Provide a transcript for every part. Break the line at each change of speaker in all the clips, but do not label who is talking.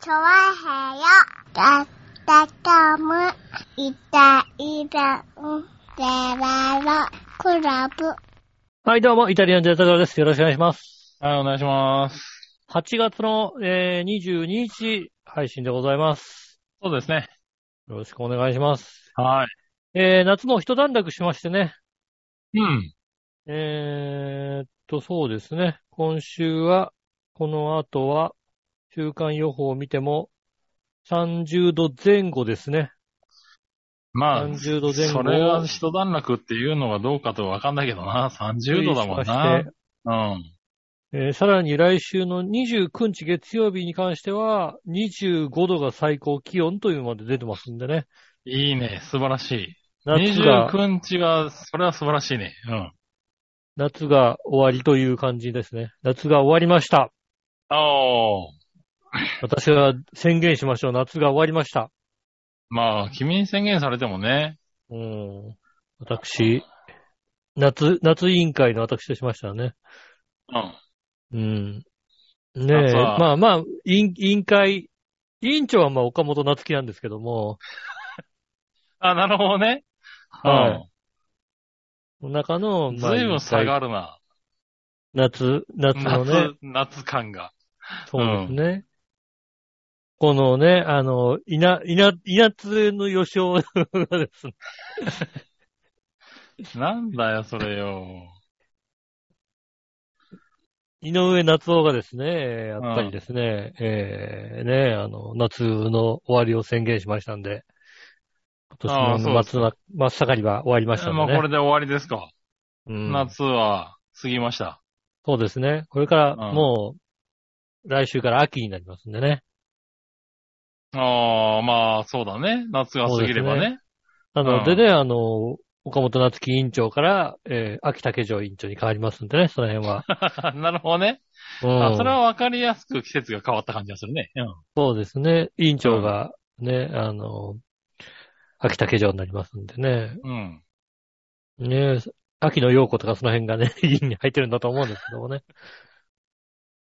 チョワヘヨだったかむいたいたんでららクラブ
はい、どうも、イタリアンジェットです。よろしくお願いします。
はい、お願いします。
8月の、えー22日配信でございます。
そうですね。
よろしくお願いします。
はい。
えー夏も一段落しましてね。
うん。
えーっと、そうですね。今週は、この後は、週間予報を見ても、30度前後ですね。
まあ、
30度前後
それが一段落っていうのがどうかとわかんないけどな。30度だもんな。うん。
えーさらに来週の29日月曜日に関しては、25度が最高気温というのまで出てますんでね。
いいね。素晴らしい。
夏が、
29日が、それは素晴らしいね。うん。
夏が終わりという感じですね。夏が終わりました。
おー。
私は宣言しましょう。夏が終わりました。
まあ、君に宣言されてもね。
うん。私、夏、夏委員会の私としましたらね。
うん。
うん。ねえ、
夏は
まあまあ、委員委員会、委員長はまあ岡本夏樹なんですけども、
あ、なるほどね。
は中の、
うん。
まあ、
ずいぶん
委
差が
員会
あるな。
夏、夏のね、
夏、夏感が。
そうですね。このね、あの、いな、いな、いなつの予想がですね、
なんだよ、それよ。
井上夏夫がですね、やっぱりですね、えー、ね、あの、夏の終わりを宣言しましたんで、今
あ
年
ーそ
の
うです
夏の真っ盛りは終わりましたんで
もう
ね。
これで終わりですか。
うん
夏は過ぎました。
そうですね。これから
うん
もう、来週から秋になりますんでね。
ああ、まあ、そうだね。夏が過ぎればね。
なの
う
で
ん
ね、あの、岡本夏樹委員長から、えー、秋竹城委員長に変わりますんでね、その辺 は。
なるほどね。
う
あ
ん
それは分かりやすく季節が変わった感じがするね。うん。
そうですね。委員長がね、あの、秋竹城になりますんでね。
うん。
ね秋の陽子とかその辺がね、 委員に入ってるんだと思うんですけどもね。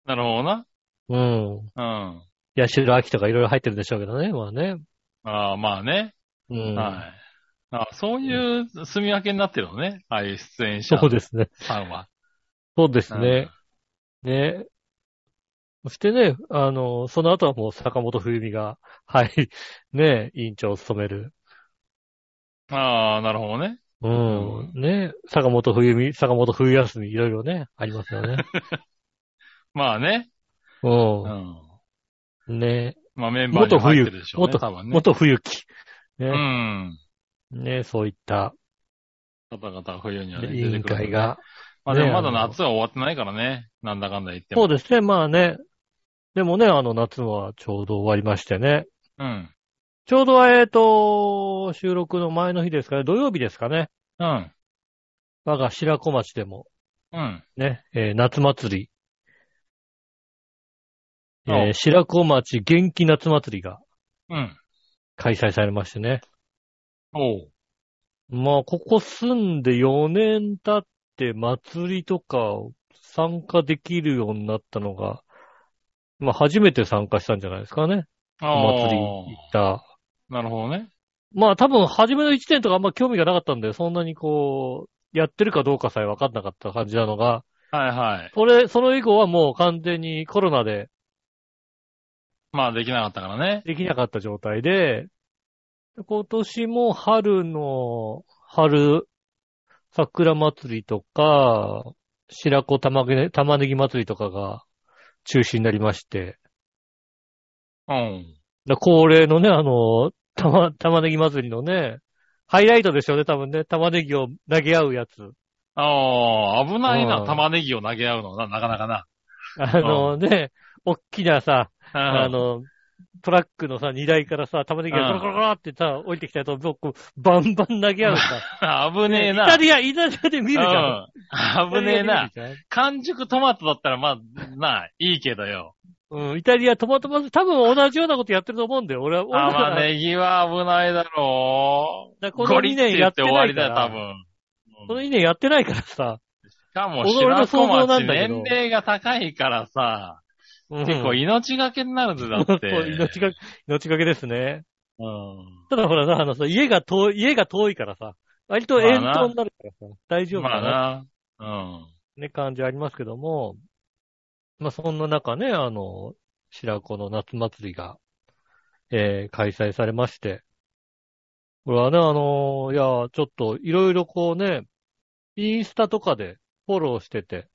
なるほどな。
うん。
うん。
八代秋とかいろいろ入ってるんでしょうけどね、まあね。
ああ、まあね。
うん。
はい。あそういう住み分けになってるのね。ああいう出演者
そうですね。
さんは。
そうですね。ね。そしてね、あの、その後はもう坂本冬美が、はい、ね、委員長を務める。
ああ、なるほどね。
うん。ね、坂本冬美、坂本冬休み、いろいろね、ありますよね。
まあね。う。
うんん。ね。
まあメンバーにも入ってるでしょうね。
元
多分ね。
元冬季。
う
ね、
ん。
ねそういった、
方々冬にはね、
委
出て
員
くる。
会。が。
まあでも
ね
まだ夏は終わってないからね。なんだかんだ言っても。
そうですね、まあね。でもね、あの夏はちょうど終わりましてね。
うん。
ちょうど、えっ、と、収録の前の日ですかね、土曜日ですかね。
うん。
我が白子町でも、
うん。
ね、えー夏祭り、
あ
えー白子町元気夏祭りが
うん。
開催されましてね。
おう。
まあ、ここ住んで4年経って祭りとか参加できるようになったのが、まあ、初めて参加したんじゃないですかね。お祭り行った。
なるほどね。
まあ、多分、初めの1年とかあんま興味がなかったんで、そんなにこう、やってるかどうかさえ分かんなかった感じなのが、
はいはい。
それ、その以降はもう完全にコロナで
まあできなかったからね。
できなかった状態で、今年も春の、春、桜祭りとか、白子玉ね玉ねぎ祭りとかが中止になりまして、
うん。
だ恒例のね、あの、玉、玉ねぎ祭りのね、ハイライトでしょうね、多分ね。玉ねぎを投げ合うやつ。
ああ、危ないな、
うん
玉ねぎを投げ合うのな、なかなかな。
あのね、おっきなさ、あ
あの、
の、トラックのさ、荷台からさ、玉ねぎがコロコロコロってさ、降りてきたやつを僕、バンバン投げ合うさ。
危ねえな。
イタリア、イタリアで見るじゃん。
うん危ねえな
イ。タリアで見るじ
完熟トマトだったら、まあ、なあ、いいけどよ。
ゃん。うん、イタリア、トマトマ、多分同じようなことやってると思うんだよ。俺は、俺は
玉ねぎは危ないだろ
だ
う。
からこの
ゴリ
2
って
年
言
やっ
ってて終わ
ない
り
か
だよ、
ら。
多分。
この2年やってないからさ。
しかも、
俺の
白
想
子
像なん
町
だけど
年齢が高いからさ、結構命がけになるんですよ、だって。
そう 命が、命がけですね。
うん。
ただほらさ、あのさ、家が遠い、家が遠いからさ、割と遠投になるからさ、大丈夫
ま
か
あ
なっ
な。うん。
てね、感じありますけども、まあそんな中ね、あの、白子の夏祭りが、えー開催されまして、これはね、あのいや、ちょっといろいろこうね、インスタとかでフォローしてて、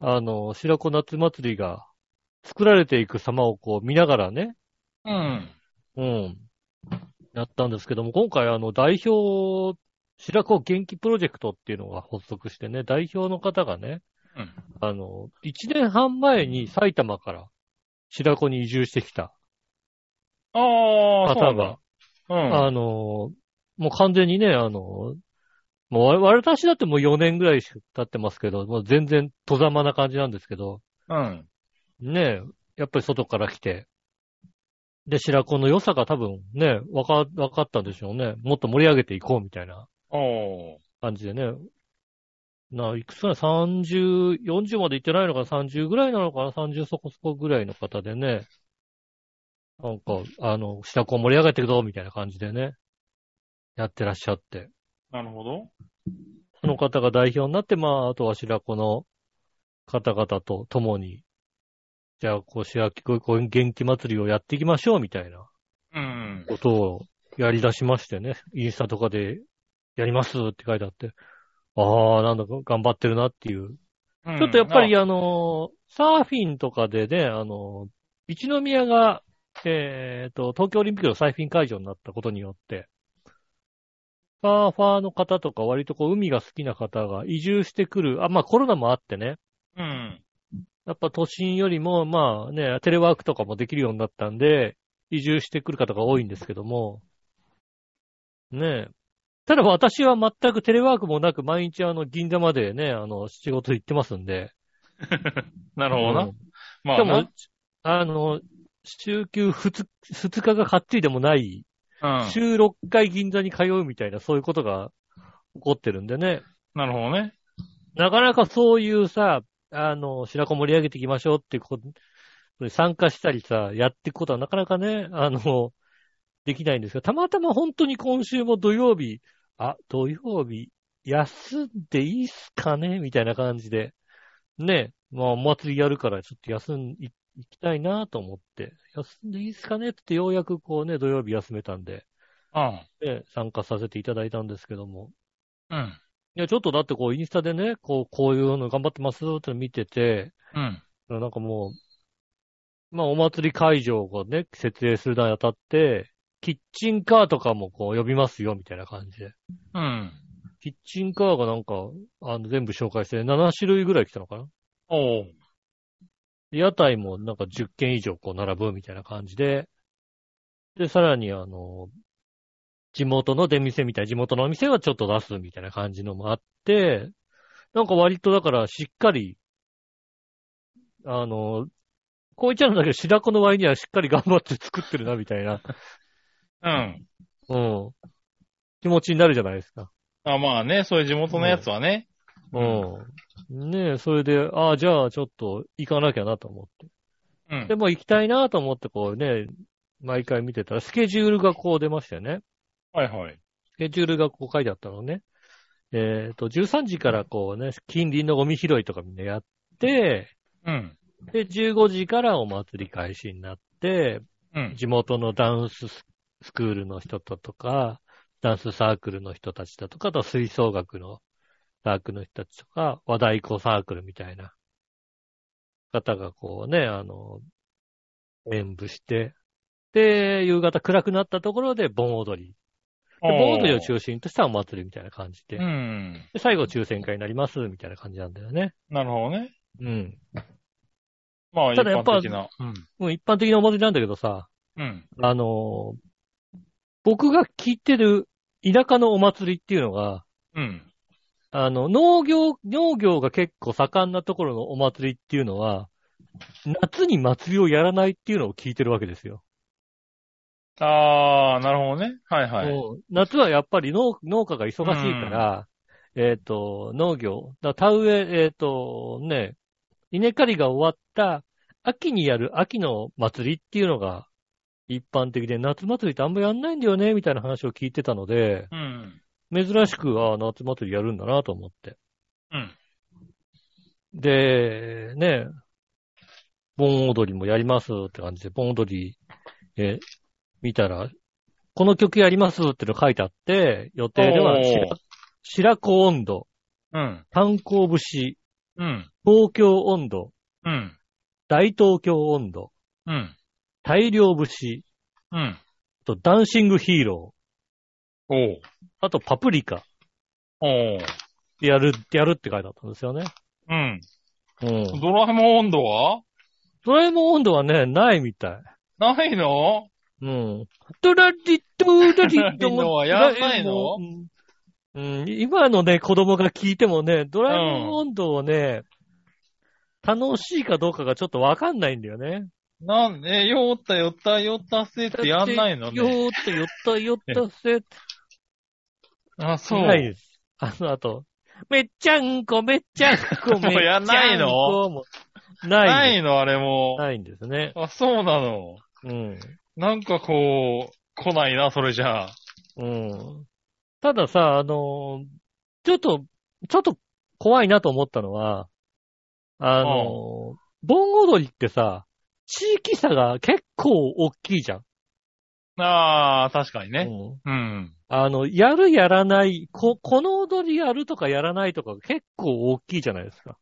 あの、白子夏祭りが作られていく様をこう見ながらね、
うん。
うん。やったんですけども、今回あの代表、白子元気プロジェクトっていうのが発足してね、代表の方がね、
うん
あの、1年半前に埼玉から白子に移住してきた
ああ、そうな
方
ん
が
だ。、うん。
あの、もう完全にね、あの、もう我々私だってもう4年ぐらいしか経ってますけど、もう全然戸ざまな感じなんですけど、
うん。
ねえ、やっぱり外から来て。で、白子の良さが多分ね、わか、わかったんでしょうね。もっと盛り上げていこうみたいな
おー。
感じでね。な、いくつか30、40まで行ってないのかな ?30 ぐらいなのかな ?30 そこそこぐらいの方でね。なんか、あの、白子を盛り上げていくぞみたいな感じでね。やってらっしゃって。
なるほど。
その方が代表になって、まあ、あとは白子の方々と共に、じゃあ、こう、白木こ元気祭りをやっていきましょう、みたいな
うん。
ことをやり出しましてね、インスタとかでやりますって書いてあって、ああ、なんだか頑張ってるなっていう。
ち
ちょっとやっぱり、あの、サーフィンとかでね、あの、一宮が、えっ、と、東京オリンピックのサーフィン会場になったことによって、サーファーの方とか割とこう海が好きな方が移住してくる、あ、まあコロナもあってね、
うん。
やっぱ都心よりもまあね、テレワークとかもできるようになったんで、移住してくる方が多いんですけども、ねえ。ただ私は全くテレワークもなく毎日あの銀座までね、あの仕事行ってますんで、
なるほど
う。
なんま
で
あ
も
な、、
あの、週休2日がかっちりでもない、
うん。
週6回銀座に通うみたいな、そういうことが起こってるんでね。
なるほどね。
なかなかそういうさ、あの、白子盛り上げていきましょうっていうことに参加したりさ、やっていくことはなかなかね、あの、できないんですが、たまたま本当に今週も土曜日、あ、土曜日、休んでいいっすかねみたいな感じで、ね、まあ、お祭りやるから、ちょっと休ん、い行きたいなと思って、休んでいいっすかねってようやくこうね、土曜日休めたんで、
うん。
ね、参加させていただいたんですけども、
うん。
いや、ちょっとだってこう、インスタでね、こう、こういうの頑張ってますって見てて、
うん。
なんかもう、まあ、お祭り会場をね、設営するにあたって、キッチンカーとかもこう、呼びますよ、みたいな感じで。
うん。
キッチンカーがなんか、あの、全部紹介して、7種類ぐらい来たのかな
おー。
で屋台もなんか10軒以上こう、並ぶみたいな感じで、で、さらにあの、地元の出店みたいな、地元のお店はちょっと出すみたいな感じのもあって、なんか割とだからしっかり、あの、こう言っちゃうんだけど、白子の割にはしっかり頑張って作ってるなみたいな、
うん。
うん、気持ちになるじゃないですか。
あまあね、そういう地元のやつはね。
うん。ねえ、それで、ああ、じゃあちょっと行かなきゃなと思って。
うん
で。も行きたいなと思ってこうね、毎回見てたら、スケジュールがこう出ましたよね。
はいはい。
スケジュールがこう書いてあったのね。えっ、と、13時からこうね、近隣のゴミ拾いとかみんなやって、
うん。
で、15時からお祭り開始になって、
うん。
地元のダンスススクールの人ととか、ダンスサークルの人たちだとか、あと吹奏楽のサークルの人たちとか、和太鼓サークルみたいな方がこうね、あの、演舞して、で、夕方暗くなったところで盆踊り。で盆踊りを中心としたお祭りみたいな感じで
う、ん。
で最後抽選会になりますみたいな感じなんだよね。
なるほどね。
うん。
まあ、一
ただやっぱ
般的な。うん。
もう一般的なお祭りなんだけどさ、
うん。
あのー僕が聞いてる田舎のお祭りっていうのが、
うん。
あの、農業、農業が結構盛んなところのお祭りっていうのは、夏に祭りをやらないっていうのを聞いてるわけですよ。
ああ、なるほどね。はいはい。
もう夏はやっぱり農農家が忙しいから、えっ、と、農業、だ田植え、えっ、と、ね、稲刈りが終わった秋にやる秋の祭りっていうのが一般的で、夏祭りってあんまやんないんだよね、みたいな話を聞いてたので、
うん。
珍しく、ああ、夏祭りやるんだなと思って。
うん。
で、ね、盆踊りもやりますって感じで、盆踊り、え、見たら、この曲やりますっての書いてあって、予定では
おー
白、白子温度、
うん。
炭鉱節、
うん。
東京温度、
うん。
大東京温度、
うん。
大量節、
うん。
あとダンシングヒーロ
おう。
ー、あとパプリカ、
おう。
やる、やるって書いてあったんですよね。
うん。
うん。
ドラえもん温度は
ドラえもん温度はね、ないみたい。
ないの
うん。ドラリドラリド
ドラえもん
うん、今のね、子供が聞いてもね、ドラえもん温度をね、楽しいかどうかがちょっとわかんないんだよね。
なんで、よーったよったよったせってやんないの
よ
ね。
ーっと、よった、よったせ、
あ、 そう。
ないです。あの、あと、めっちゃんこ、めっちゃんこ、めっちゃんこ。
もう やんないの
もない
なん
で
いの、あれも
す。。ないんですね。
あ、そうなの。
うん。
なんかこう、来ないな、それじゃあ。
うん。たださ、あのーちょっと、ちょっと怖いなと思ったのは、あのー盆踊りってさ、地域差が結構大きいじゃん。
ああ、確かにね。
うん
うん。
あの、やるやらない、こ、この踊りやるとかやらないとか結構大きいじゃないですか。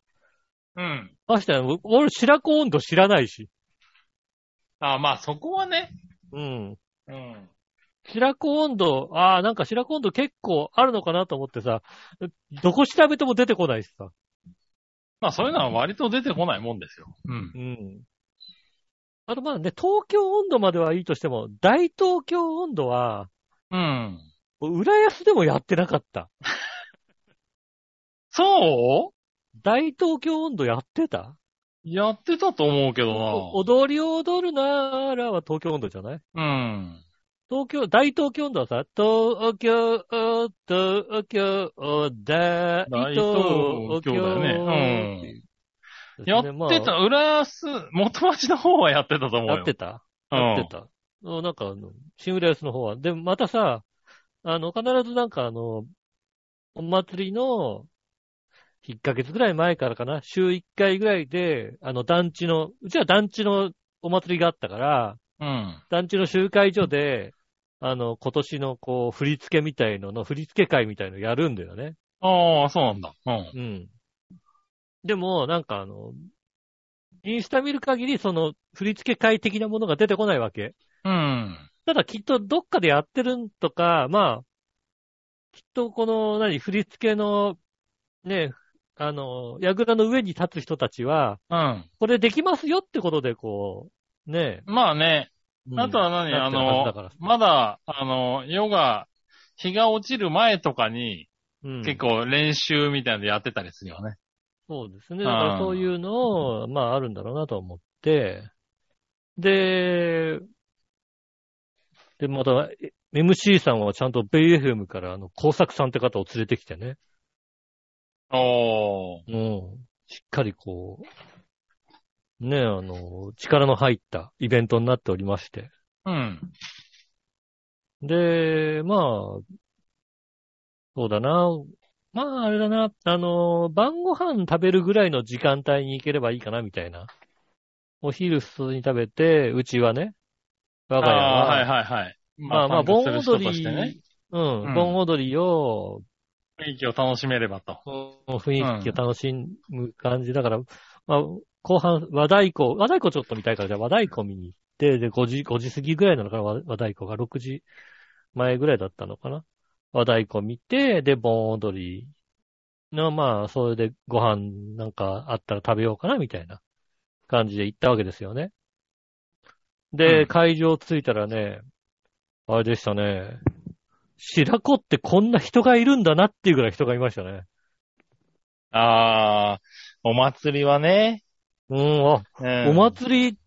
うん。
ましてや、俺、白子温度知らないし。
あまあそこはね。
うん。
うん。
白子温度、ああ、なんか白子温度結構あるのかなと思ってさ、どこ調べても出てこないしさ。
まあそういうのは割と出てこないもんですよ。うん。
うん。あとまあね、東京温度まではいいとしても、大東京温度は、
うん。
浦安でもやってなかった。
そう
大東京温度やってた
やってたと思うけど
踊りを踊るならは東京温度じゃない
な。うん。
東京、大東京温度はさ、東京、東京、大
大
東
東京だよね
うん
やってた、浦安、元町の方はやってたと思うよ。
やってた
うん
やってた。うん、なんかあの、シングルスの方は。で、またさ、あの、必ずなんかあの、お祭りの、1ヶ月ぐらい前からかな、週1回ぐらいで、あの、団地の、うちは団地のお祭りがあったから、
うん。
団地の集会所で、あの、今年のこう、振り付けみたいのの、振り付け会みたいのやるんだよね。
ああ、そうなんだ。うん。
うん。でも、なんかあの、インスタ見る限り、その、振り付け会的なものが出てこないわけ。
うん。
ただきっとどっかでやってるんとか、まあ、きっとこの、何、振り付けの、ね、あの、櫓の上に立つ人たちは、
うん。
これできますよってことで、こう、ね。
まあね、あとは何、
な
あ
ってるはずだから
の、まだ、あの、夜が、日が落ちる前とかに、
うん
結構練習みたいなのやってたりするよね。
そうですね。だからそういうのを、まああるんだろうなと思って、で、で、また、え MC さんはちゃんとベイ FM から、あの、工作さんって方を連れてきてね。
おー。
うん。しっかりこう、ね、あの、力の入ったイベントになっておりまして。
うん。
で、まあ、そうだな。まあ、あれだな。あの、晩ご飯食べるぐらいの時間帯に行ければいいかな、みたいな。お昼普通に食べて、うちはね、我が家は、
あーはいはいはい。
まあまあ、
参
盆
加する
踊
人とし
り、
てね、
うん、
うん
盆踊りを、
雰囲気を楽しめればと。
雰囲気を楽しむ感じだから、まあ、後半、和太鼓、和太鼓ちょっと見たいから、じゃあ和太鼓見に行って、で、5時、5時過ぎぐらいなのかな、和和太鼓が6時前ぐらいだったのかな。和太鼓見て、で、盆踊りの、まあ、それでご飯なんかあったら食べようかな、みたいな感じで行ったわけですよね。で、
うん
会場着いたらね、あれでしたね。白子ってこんな人がいるんだなっていうぐらい人がいましたね。
ああ、お祭りはね、
うん、あ、
うん
お祭り、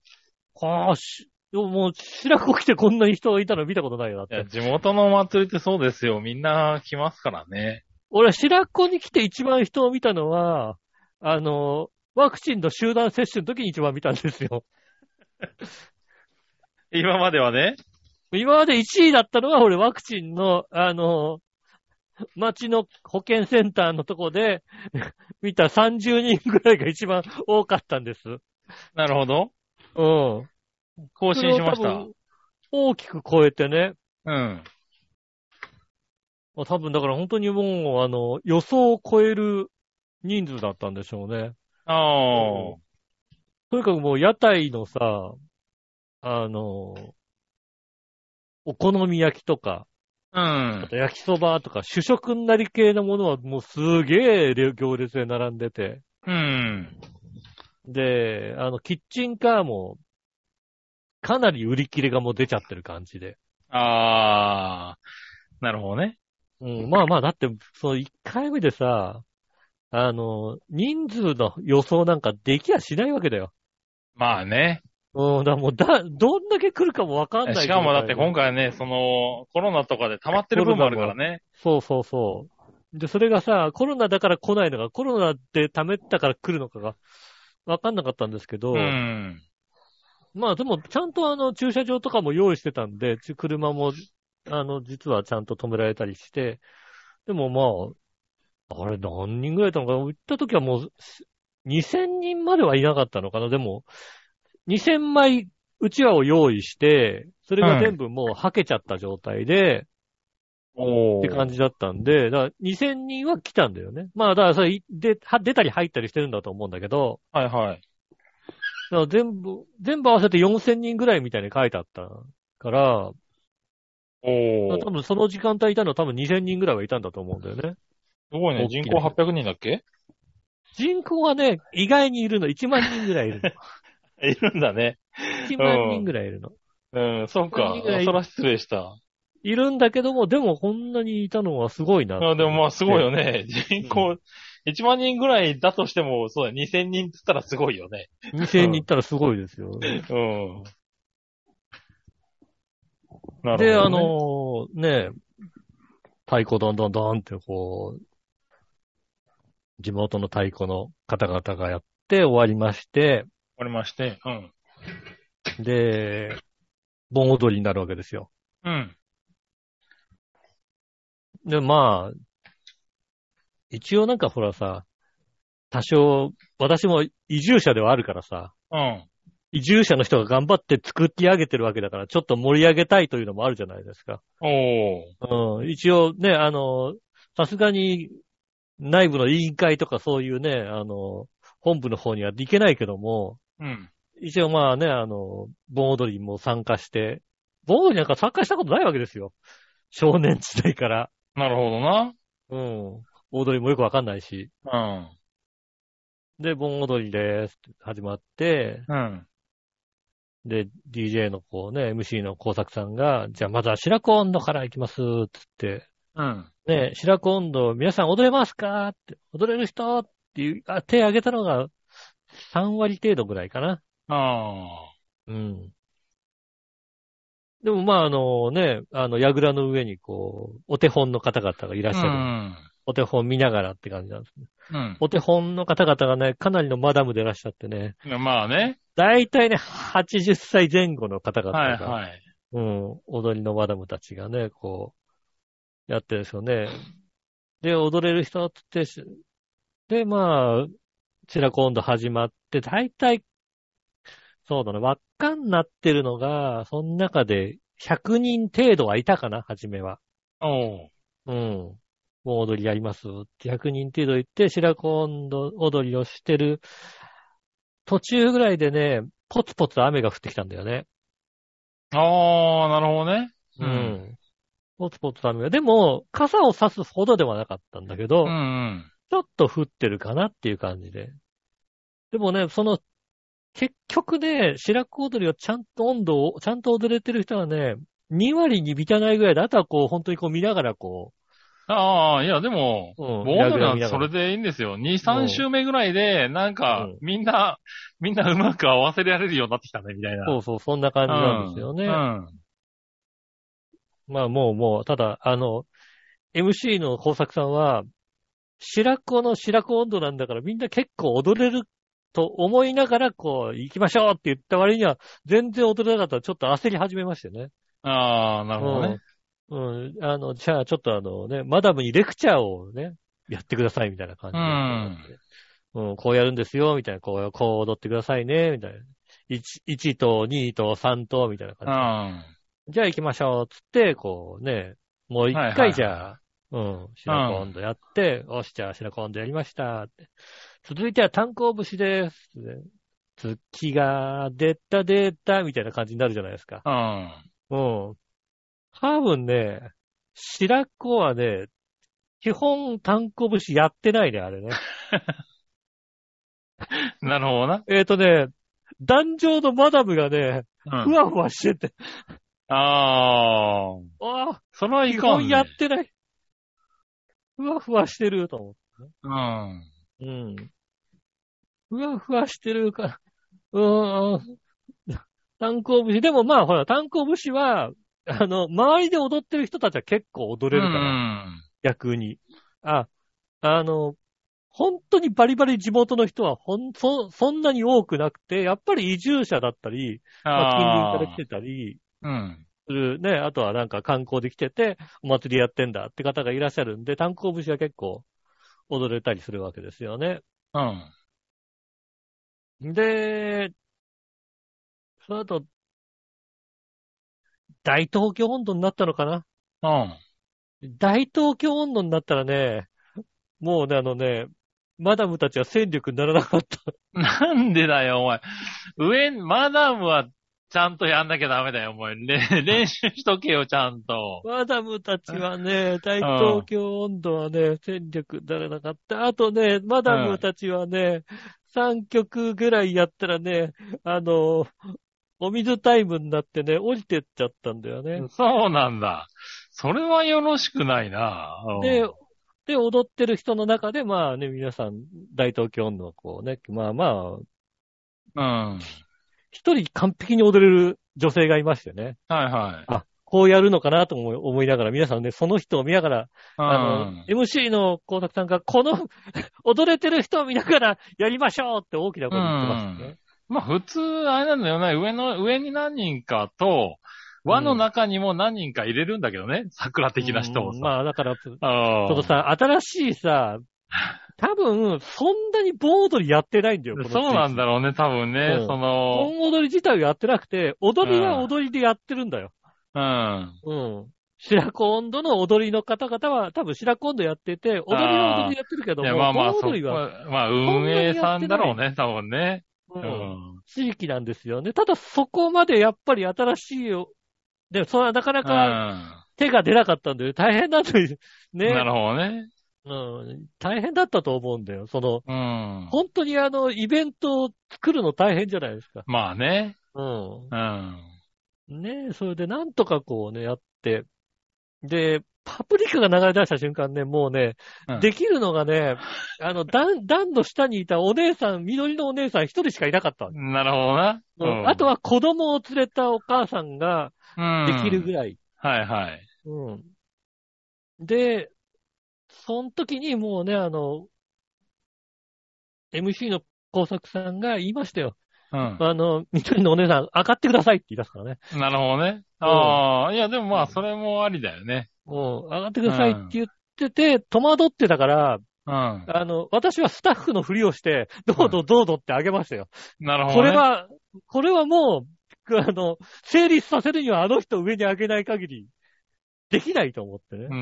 ああ、し、でももう、白子来てこんなに人がいたの見たことないよ、だっ
いや
て。
地元のお祭りってそうですよ。みんな来ますからね。
俺、白子に来て一番人を見たのは、あの、ワクチンの集団接種の時に一番見たんですよ。
今まではね、
今まで1位だったのは、俺、ワクチンの、あの、町の保健センターのとこで、見た30人ぐらいが一番多かったんです。
なるほど。
うん。
更新しまし
それを
た
多。分大きく超えてね。
うん。
まあ多分だから本当にもう、あの、予想を超える人数だったんでしょうね。
ああ。
とにかくもう屋台のさ、あの、お好み焼きとか、
うん
あ。と焼きそばとか主食になり系のものはもうすげえ行列で並んでて。
うん。
で、あの、キッチンカーも、かなり売り切れがもう出ちゃってる感じで。
ああ。なるほどね。
うん、まあまあ、だって、その1回目でさ、あの、人数の予想なんかできやしないわけだよ。
まあね。
うん、だからもうだ、どんだけ来るかもわかんない。
しかもだって今回ね、その、コロナとかで溜まってる分もあるからね。
そうそうそう。で、それがさ、コロナだから来ないのか、コロナで溜めたから来るのかが、わかんなかったんですけど、
うん。
まあでも、ちゃんとあの、駐車場とかも用意してたんで、ち車も、あの、実はちゃんと止められたりして、でもまあ、あれ何人ぐらいいたのかな行った時はもう、2000人まではいなかったのかなでも、2000枚、うちわを用意して、それが全部もうはけちゃった状態で、
お
っ
お。
て感じだったんで、だから2000人は来たんだよね。まあ、だからそれい、で、は出たり入ったりしてるんだと思うんだけど、
はいはい。
だから全部、全部合わせて4000人ぐらいみたいに書いてあったから、
お
ま
お
あ。多分その時間帯いたのは多分2000人ぐらいはいたんだと思うんだよね。
すごいね。
大きい
人口800人だっけ
人口はね、意外にいるの。1万人ぐらいい るの。
いるんだね。
1万人ぐらいいるの。
うん、そうか
いるぐら。い
そら失礼した。
いるんだけども、でもこんなにいたのはすごいな。
あでもまあすごいよね。人口、1万人ぐらいだとしても、そうだ、2000人って言ったらすごいよね。
2000人いったらすごいですよ。
うん。なるほど、ね。
で、あ、のーね、太鼓どんどんどんってこう、地元の太鼓の方々がやって終わりまして、
ありまして、うん。
で、盆踊りになるわけですよ。
うん。
で、まあ、一応なんかほらさ、多少、私も移住者ではあるからさ、
うん。
移住者の人が頑張って作り上げてるわけだから、ちょっと盛り上げたいというのもあるじゃないですか。
おー。
うん、一応ね、あの、さすがに内部の委員会とかそういうね、あの、本部の方には行けないけども、
うん。
一応まあね、あの、盆踊りも参加して、盆踊りなんか参加したことないわけですよ。少年時代から。
なるほどな。
うん。踊りもよくわかんないし。
うん。
で、盆踊りですって始まって、
うん。
で、DJ のこうね、MC の工作さんが、じゃあまずは白子温度から行きます、つって、
うん。
ねえ、白子温度、皆さん踊れますかって、踊れる人っていう、あ手挙げたのが3割程度ぐらいかな。
あ
うん。でも、まあ、あのね、あの、矢倉の上にこう、お手本の方々がいら
あ。
っしゃる。お手本見ながらって感じなんですね。
うん。
お手本の方々がね、かなりのマダムでいらっしゃってね、
うん。まあね。
だいたいね、80歳前後の方々が、
はいはい。
うん、踊りのマダムたちがね、こう、やってるんですよね。で、踊れる人ってってし、で、まあ、ちら今度始まって、大体、そうだね、輪っかになってるのが、その中で100人程度はいたかな、初めは。
おー。
うん。もう踊りやりますって100人程度行って、白子温度踊りをしてる途中ぐらいでね、ポツポツ雨が降ってきたんだよね。
ああ、なるほどね。
う。ん。ポツポツ雨が。でも、傘を差すほどではなかったんだけど、
うんうん。
ちょっと降ってるかなっていう感じで。でもね、その、結局ね、白子踊りをちゃんと温度を、ちゃんと踊れてる人はね、2割に満たないぐらいで、あとはこう、本当にこう見ながらこ
ああ、いや、でも、
う、うん。
盆踊り
見ながら見なが
はそ
ら
れでいいんですよ。2、3週目ぐらいで、なんか
うん、
みんな、みんなうまく合わせられるようになってきたね、みたいな。
そうそう、そんな感じなんですよね。
うん。
まあもうもう、ただ、あの、MC の工作さんは、白子の白子温度なんだからみんな結構踊れると思いながら、こう、行きましょうって言った割には、全然踊れなかったらちょっと焦り始めましてね。
ああ、なるほどね。
うん。うん。あの、じゃあ、ちょっとあのね、マダムにレクチャーをね、やってくださいみたいな感じで。うん。こうやるんですよ、みたいな。こう、こう踊ってくださいね、みたいな。1、1と2と3と、みたいな
う
感
ん。
じで。じ
は
ゃあ行きましょう、つって、こうね、もう一
はいはいはい
回じゃあ、うん、白子温度やって、おし、じゃあ白子温度やりました、って。続いては炭鉱節です。月が出た出た、みたいな感じになるじゃないですか。
うん。
うん。多分ね、白子はね、基本炭鉱節やってないね、あれね。
なるほどな。
えっとね、壇上のマダムがね、
う
ふ
ん。
わふわしてて、
ああ、
ああ、
それはい
基
か
本
ん、
やっ
ね。
てない。ふわふわしてると思って
う
う
ん。
ん。ふわふわしてるから、うーん。炭鉱節。でもまあほら、炭鉱節は、あの、周りで踊ってる人たちは結構踊れるから、
うん
逆に。あ、あの、本当にバリバリ地元の人はほん、そ、そんなに多くなくて、やっぱり移住者だったり、まあ近
あ
隣から来
あ
てたり、
うん。
するね、あとはなんか観光で来てて、お祭りやってんだって方がいらっしゃるんで、炭鉱節は結構踊れたりするわけですよね。
うん。
で、その後、大東京温度になったのかな
うん。
大東京温度になったらね、もうね、あのね、マダムたちは戦力にならなかった。
なんでだよ、お前。上、マダムは、ちゃんとやんなきゃダメだよ、お前。 れ練習しとけよ、ちゃんと。
マダムたちはね、大東京温度はね、戦力にならなかった。あとね、マダムたちはね、3曲ぐらいやったらね、あの、お水タイムになってね、降りてっちゃったんだよね。
そうなんだ。それはよろしくないな。うん
で、で、踊ってる人の中で、まあね、皆さん、大東京のこうね、まあまあ、
うん。はい
一人完璧に踊れる女性がいましてね、
はい。
こうやるのかなと思い思いながら、皆さんね、その人を見ながら、
う
あ
ん。
の、MC の光沢さんが、この、 踊れてる人を見ながら、やりましょうって大きな声で言ってましたね。
まあ普通、あれなんだよね。上の、上に何人かと、輪の中にも何人か入れるんだけどね。桜的な人を
うん
さ。
まあ、だから、ちょ
あ
っとさ、新しいさ、多分、そんなに盆踊りやってないんだよ、この
そうなんだろうね、多分ね。
うん
その、
盆踊り自体をやってなくて、踊りは踊りでやってるんだよ。
うん。
うん。白子温度の踊りの方々は、多分白子温度やってて、踊りは踊りやってるけど
い
も、
や、まあまあ、
盆
そこ
踊りは、
は、まあ、運営さんだろうね、多分ね。
う
うんん。
地域なんですよね。ただそこまでやっぱり新しいよ。で、それはなかなか手が出なかったんで、大変だという、
うんな
ね、
るほどね。
うん。大変だったと思うんだよ。その、
うん。
本当にあの、イベントを作るの大変じゃないですか。
まあね。
うん。
うん。
ねえ、それでなんとかこうね、やって、で、パプリカが流れ出した瞬間ね、もうね、
うん
できるのがね、あの、段、 段の下にいたお姉さん、緑のお姉さん一人しかいなかったわけ、
なるほどな。
うんあとは子供を連れたお母さんが
は
できるぐ
い。
らい。
はいはい。
うん。で、その時にもうね、あの、MC の工作さんが言いましたよ。
うん。
あの、緑のお姉さん、上がってくださいって言い出すからね。
なるほどね。ああ、いや、でもまあ、それもありだよね。
もう、上がってくださいって言ってて、戸惑ってたから、
うん。
あの、私はスタッフのふりをして、どうぞどうぞってあげましたよ。
なるほど
こ
ね。
れは、これはもう、あの、成立させるにはあの人を上に上げない限り、できないと思って
う
ね。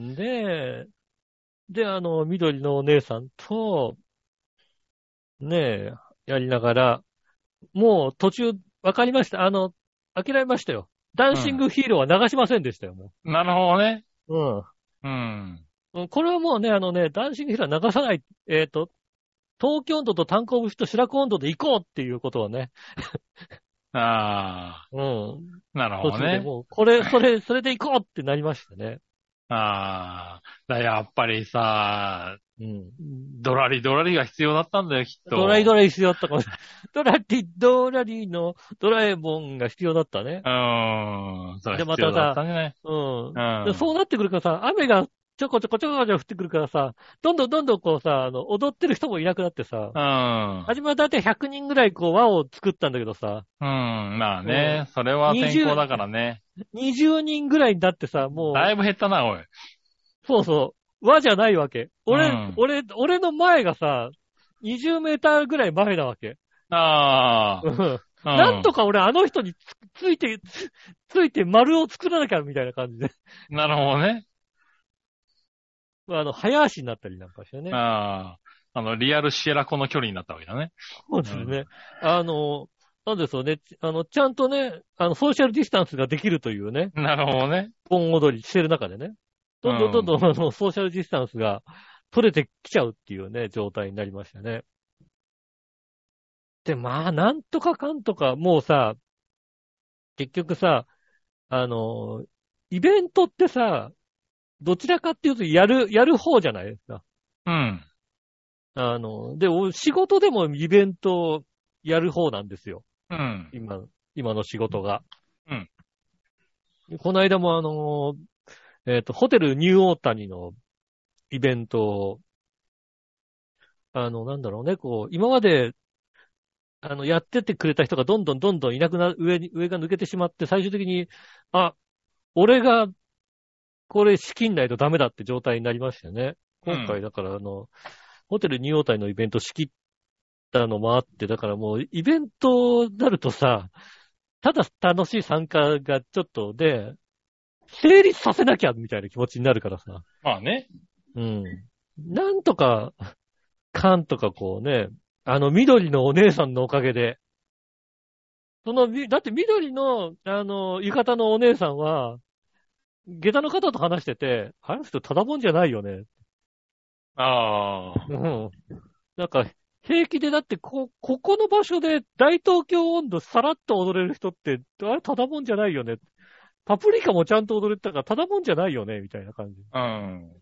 ん。
で、で、あの、緑のお姉さんと、ねえ、やりながら、もう途中、わかりました。あの、諦めましたよ。ダンシングヒーローは流しませんでしたよ、も
なるほどね。
う。うん。
うん。
うんこれはもうね、あのね、ダンシングヒルは流さない、えっ、と、東京温度と炭鉱節と白子温度で行こうっていうことはね、
あ
うん。
あ、なる
途
ほど
中で
ね。
もう、こ れ、それ、それで行こうってなりましたね。
ああ、だからやっぱりさ、
うん。
ドラリドラリが必要だったんだよ、きっと。
ドライドライ必要だったかもしれない。 ドラリ、ドラリのドラえもんが必要だったね。
うーん。それ
で
必要だったね。
うん
う。ん。
でそうなってくるからさ、雨がちょこちょこちょこちょこ降ってくるからさ、どんどんどんどんこうさ、あの、踊ってる人もいなくなってさ、
うん。
初めはだいたい100人ぐらいこう輪を作ったんだけどさ、
うん。まあね、それは天候だからね。
20人ぐらいになってさ、もう、
だいぶ減ったな、おい。
そうそう、輪じゃないわけ。俺、
うん
俺、俺の前がさ、20メーターぐらい前なわけ。
あ
うん
あ。
なんと
か。
か俺あの人につついて、つついて丸を作らなきゃみたいな感じで。
なるほどね。
あの、早足になったりなんかしてね。
ああ。あの、リアルシエラコの距離になったわけだね。
そうですね。あの、なんですよね。あの、ちゃんとね、あの、ソーシャルディスタンスができるというね、
なるほどね。
盆踊りしてる中でね。どんどんどんどん、あの、ソーシャルディスタンスが取れてきちゃうっていうね、状態になりましたね。で、まあ、なんとかかんとか、もうさ、結局さ、あの、イベントってさ、どちらかっていうと、やる、やる方じゃないですか。
うん。
あの、で、お仕事でもイベントをやる方なんですよ。
うん。
今、今の仕事が。
うん
で。この間もあの、えっ、と、ホテルニューオータニのイベントを、あの、なんだろうね、こう、今まで、あの、やってってくれた人がどんどんどんどんいなくな、上に、上が抜けてしまって、最終的に、あ、俺が、これ資金ないとダメだって状態になりましたよね。今
う
回、
ん
だからあの、ホテルニューオータニのイベント仕切ったのもあって、だからもう、イベントになるとさ、ただ楽しい参加がちょっとで、成立させなきゃみたいな気持ちになるからさ。
まあね。
うん。なんとか、かんとかこうね、あの緑のお姉さんのおかげで、そのみ、だって緑の、あの、浴衣のお姉さんは、下駄の方と話してて、あの人ただもんじゃないよね。
ああ。
うん。なんか、平気でだってこ、ここの場所で大東京温度さらっと踊れる人って、あれただもんじゃないよね。パプリカもちゃんと踊れてたからただもんじゃないよね、みたいな感じ。
うん。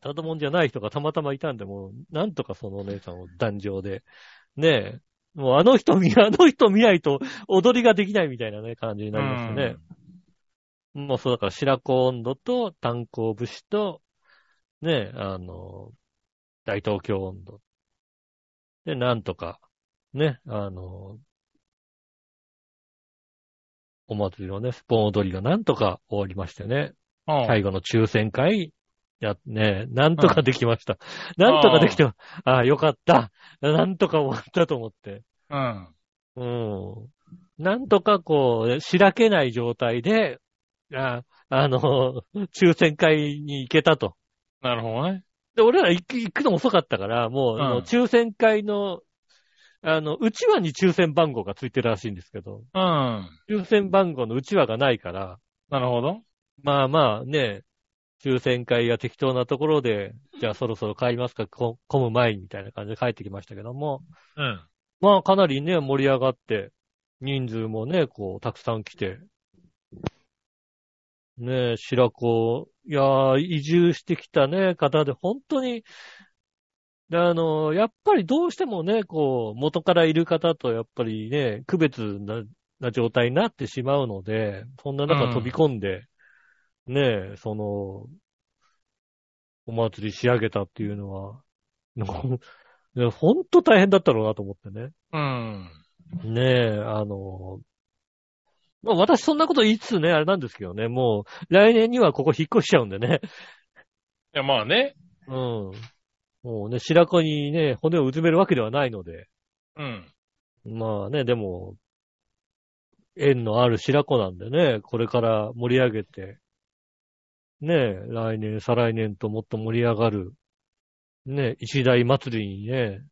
ただもんじゃない人がたまたまいたんで、もう、なんとかそのお姉さんを壇上で、ねえ、もうあの人見、 あの人見ないと踊りができないみたいなね、感じになりましたね。もうそうだから、白子温度と炭鉱節と、ねえ、あの、大東京温度。で、なんとか、ね、あの、お祭りのね、スポン踊りがなんとか終わりましたよね。
うん。
最後の抽選会、やっね、なんとかできました。なんとかできて、ああ、よかった。なんとか終わったと思って。
うん。
うん。なんとかこう、しらけない状態で、ああの、 抽選会に行けたと。
なるほどね。
で、俺ら行く行くの遅かったから、もう、
うん
あの抽選会の、あの、うちわに抽選番号がついてるらしいんですけど、
うん。
抽選番号のうちわがないから、
なるほど。
まあまあね、抽選会が適当なところで、じゃあそろそろ帰りますか、こ混む前にみたいな感じで帰ってきましたけども、
うん。
まあかなりね、盛り上がって、人数もね、こう、たくさん来て、ねえ、白子、いやー、移住してきたね、方で、本当に、であの、やっぱりどうしてもね、こう、元からいる方とやっぱりね、区別なな状態になってしまうので、そんな
うん
中飛び込んで、ねえ、その、お祭り仕上げたっていうのは、 なんかいやほんと大変だったろうなと思ってね。
うん。
ねえ、あの、まあ私そんなこと言いつつね、あれなんですけどね、もう来年にはここ引っ越しちゃうんでね。
いや、まあね。
うん。もうね、白子にね、骨をうずめるわけではないので。
うん。
まあね、でも、縁のある白子なんでね、これから盛り上げて、ねえ、来年、再来年ともっと盛り上がる、ねえ、一大祭りにね、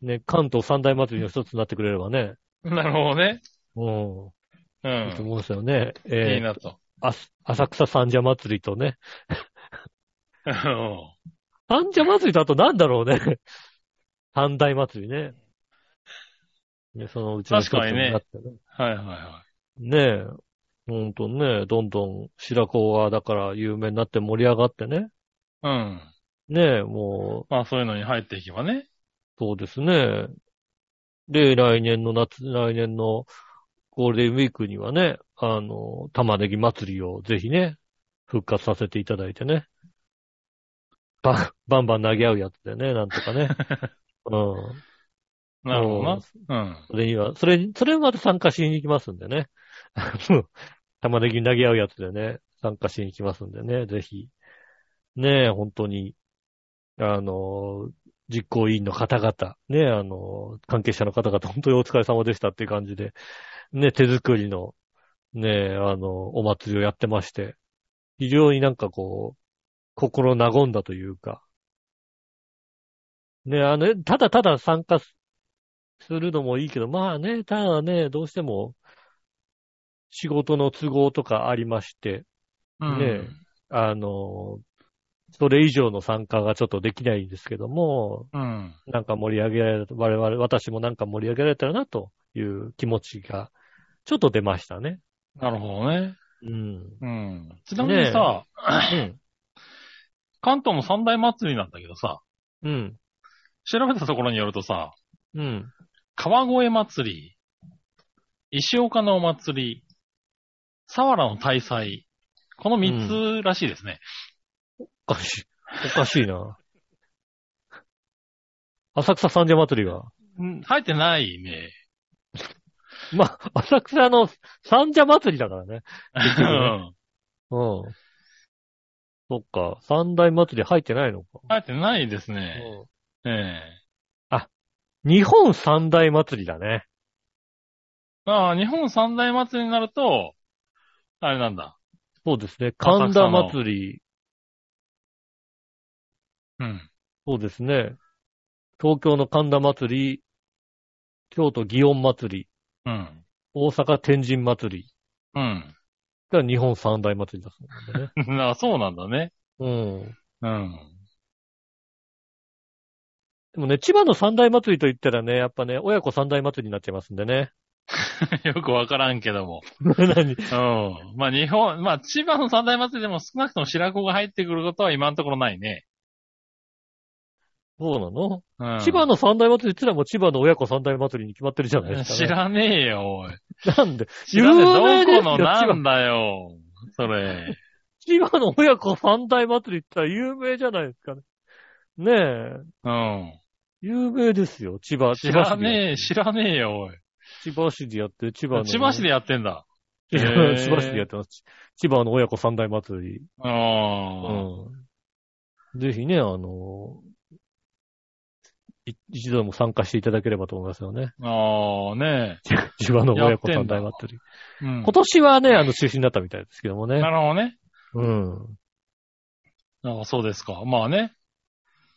ね、関東三大祭りの一つになってくれればね、
なるほどね。
うん。
う
いいと
ん。
思うんですよね。
いい
えー
なと。
あす浅草三社祭りとね。
うん
三社祭りとあとなんだろうね。 三大祭りね。ね、そのうちの一つ
確かにね
なってね。
はいはいは
ねえ。ほんとね、どんどん白子がだから有名になって盛り上がってね。
い。うん。
ねえ、もう、
まあそういうのに入っていけばね。
そうですね。で、来年の夏、来年のゴールデンウィークにはね、あの、玉ねぎ祭りをぜひね、復活させていただいてね。バン、バンバン投げ合うやつでね、なんとかね。うん。
なるほどな。うん。
それには、それ、それまた参加しに行きますんでね。 あの玉ねぎ投げ合うやつでね、参加しに行きますんでね、ぜひ。ねえ、本当に、あの、実行委員の方々、ねえ、あの、関係者の方々、本当にお疲れ様でしたっていう感じで、ね、手作りの、ねえ、あの、お祭りをやってまして、非常になんかこう、心和んだというか、ねえ、あの、ただただ参加すするのもいいけど、まあね、ただね、どうしても、仕事の都合とかありまして、
うん。
ねえあの、それ以上の参加がちょっとできないんですけども、
うん。
なんか盛り上げられた、我々、私もなんか盛り上げられたらなという気持ちが、ちょっと出ましたね。
なるほどね。
うん。
うん。ちなみにさ、
うん。
関東の三大祭りなんだけどさ、
うん。
調べたところによるとさ、
うん。
川越祭り、石岡のお祭り、沢原の大祭、この三つらしいですね。
おかしい。おかしいな。浅草三社祭りが。
うん、入ってないね。
まあ、浅草の三社祭りだからね。
う
局ね
ん。
うん。そっか。三大祭り入ってないのか。
入ってないですね。ええ
日本三大祭りだね。
ああ、日本三大祭りになると、あれなんだ。
そうですね。
浅
神
草
田
の
祭り。
うん。
そうですね。東京の神田祭り。京都祇園祭り。
うん。
大阪天神祭り。
うん。
が日本三大祭りだそうなんでね。
あそうなんだね。
うん。
うん。
でもね、千葉の三大祭りと言ったらね、やっぱね、親子三大祭りになっちゃいますんで ね。
よくわからんけども。
何
うん。まあ日本、まあ千葉の三大祭りでも少なくとも白子が入ってくることは今のところないね。
そうなの、
うん。
千葉の三大祭りってのはもう千葉の親子三大祭りに決まってるじゃないですか、
知
ね。
らねえよ、おい。
なんで
知らねえ、
有名です
ど
よ
このなんだよ。それ。
千葉の親子三大祭りって言ったら有名じゃないですかね。ねえ。
うん。
有名ですよ。千葉、
知
千葉
ら
市で
ねえ、知らねえよ、おい。
千葉市でやってる、千葉の。
千葉市でやってんだ。
千
へ
葉
え
千葉市でやってます。千葉の親子三大祭り。
う。
うんん。ぜひね、あの、い一度でも参加していただければと思いますよね。
ああ、ね
千葉の
や
親
っ
子
てん
三
だ
大祭り。
え。うん
今。年はね、あの、中止になったみたいですけどもね
な。るほどね。
うん。
ああそうですか。まあね。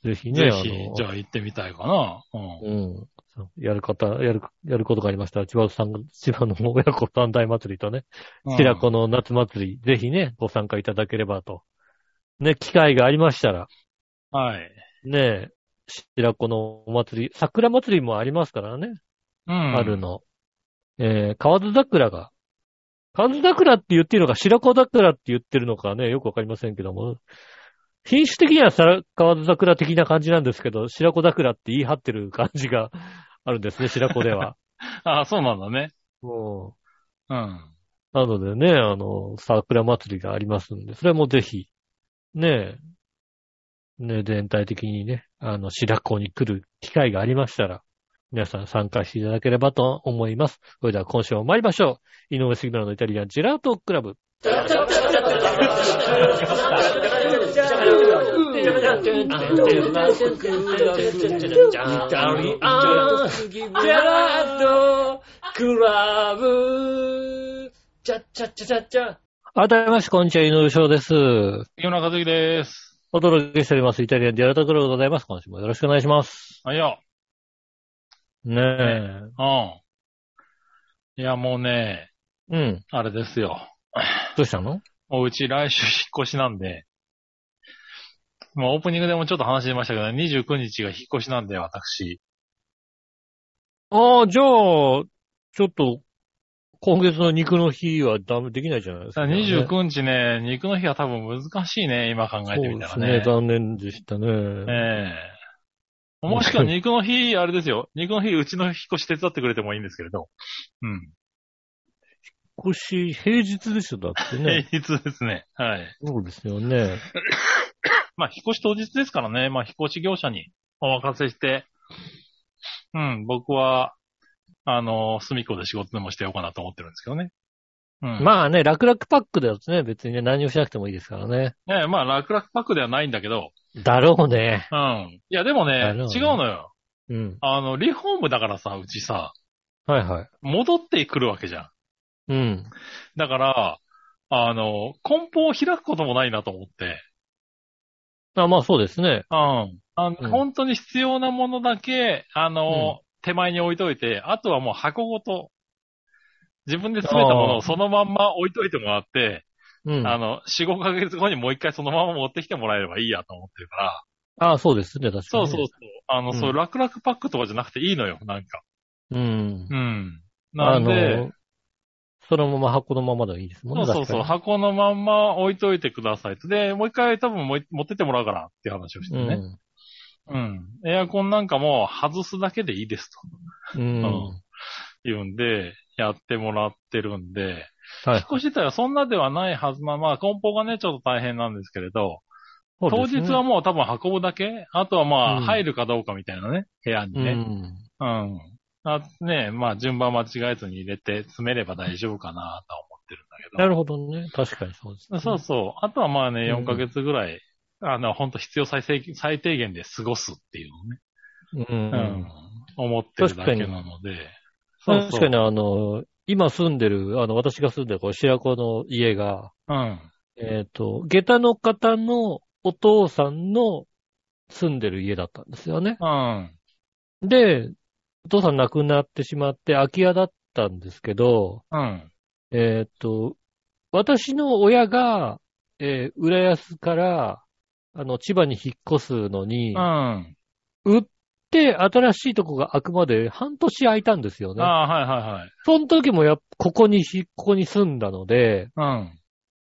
ぜひね、
ぜ
あ
ひ
の、
じゃあ行ってみたいかな。うん。
うん。やる方、やる、やることがありましたら、千葉さん、千葉の親子三大祭りとね、
うん
白子の夏祭り、ぜひね、ご参加いただければと。ね、機会がありましたら、
はい。
ね、白子のお祭り、桜祭りもありますからね、
うん。
春の。えー、河津桜が、河津桜って言ってるのか、白子桜って言ってるのかね、よくわかりませんけども、品種的にはさ河津桜的な感じなんですけど、白子桜って言い張ってる感じが あるんですね、白子では。
ああ、そうなんだね。
も
うん。
う、なのでね、あの、桜祭りがありますんで、それもぜひ、ねえ、ねえ全体的にね、あの、白子に来る機会がありましたら、皆さん参加していただければと思います。それでは今週も参りましょう。井上杉村のイタリアンジェラートクラブ。改めまして、こんにちは、井上翔です。
杉村和樹です。
お届けしております。イタリアンジェラートクラブでございます。今週もよろしくお願いします。
あ、いや、
ねえ。
うん。いや、もうね、
うん。
あれですよ。
どうしたの
おうち来週引っ越しなんで、まあオープニングでもちょっと話しましたけど、29日が引っ越しなんで、私。
ああ、じゃあ、ちょっと、今月の肉の日はダメ、できないじゃないです
た
か、
だ29日ね、肉の日は多分難しいね、今考えてみたら
そうですね。
ね。
残念でしたね。
ええもしくは肉の 日、あれですよ。肉の日、うちの引っ越し手伝ってくれてもいいんですけれど。うん。
越し、平日ですよ、だって ね。
平日ですね。はい。
そうですよね。
まあ、引っ越し当日ですからね。まあ、引っ越し業者にお任せして、うん、僕は、あの、隅っこで仕事でもしてようかなと思ってるんですけどね。うん。
まあね、楽々パックだとね、別にね、何をしなくてもいいですからね。
あ、ね、まあ、楽々パックではないんだけど、
だろうね。
うん。いや、でも
な
ね、
るほど
違うのよ。
うん。
あの、リフォームだからさ、うちさ、
はいはい。
戻ってくるわけじゃん。
うん。
だから、あの、梱包を開くこともないなと思って。
あまあそうですね。
うん。あの
うん
本当に必要なものだけ、あの、手前に置いといて、あとはもう箱ごと、自分で詰めたもの
あー
をそのまんま置いといてもらって、
うん。
あ
あ
の、4、5ヶ月後にもう一回そのまま持ってきてもらえればいいやと思ってるから。
あそうですね、確か
そ
に
う
ね。
そうそう。あ
う
の、
ん
そういう楽々パックとかじゃなくていいのよ、なんか。
うん。
うん。な
あ
んで、
の、そのまま箱のままでいいですもん
そう
ね。
そうそう、
確か
箱のまんま置いといてくださいと。で、もう一回多分もう持ってってもらうからっていう話をして
に
ね。うん。エアコンなんかも外すだけでいいです
うん。うん。
うんというんで、やってもらってるんで、
は
引っ越し自体はそんなではないはずな、まあ梱包がね、ちょっと大変なんですけれど、当日は
も
もう多分運ぶだけ、あとはま
う
あ
ん
入るかどうかみたいなね、部屋に
う
ね。
ん。
うん。あねまあ順番間違えずに入れて詰めれば大丈夫かなとは思ってるんだけど。
なるほどね。確かにそうですね。
そうそう。あとはまあね、
うん
4ヶ月ぐらい、あの、本当必要最低最低限で過ごすっていう
うん。
のね。うん。思ってるだけなので。そう
確
そう
かにあの、今住んでる、あの、私が住んでるこう白子の家が、
うん。
えっ、と、下駄の方のお父さんの住んでる家だったんですよね。
うん。
で、お父さん亡くなってしまって空き家だったんですけど、
うん。
えっ、と、私の親が、えー浦安から、あの、千葉に引っ越すのに
う、ん。
売って新しいとこが開くまで半年空いたんですよね。
あ
その時もやっぱここにひ、ここに住んだので、
あ、はいはいはい。うん。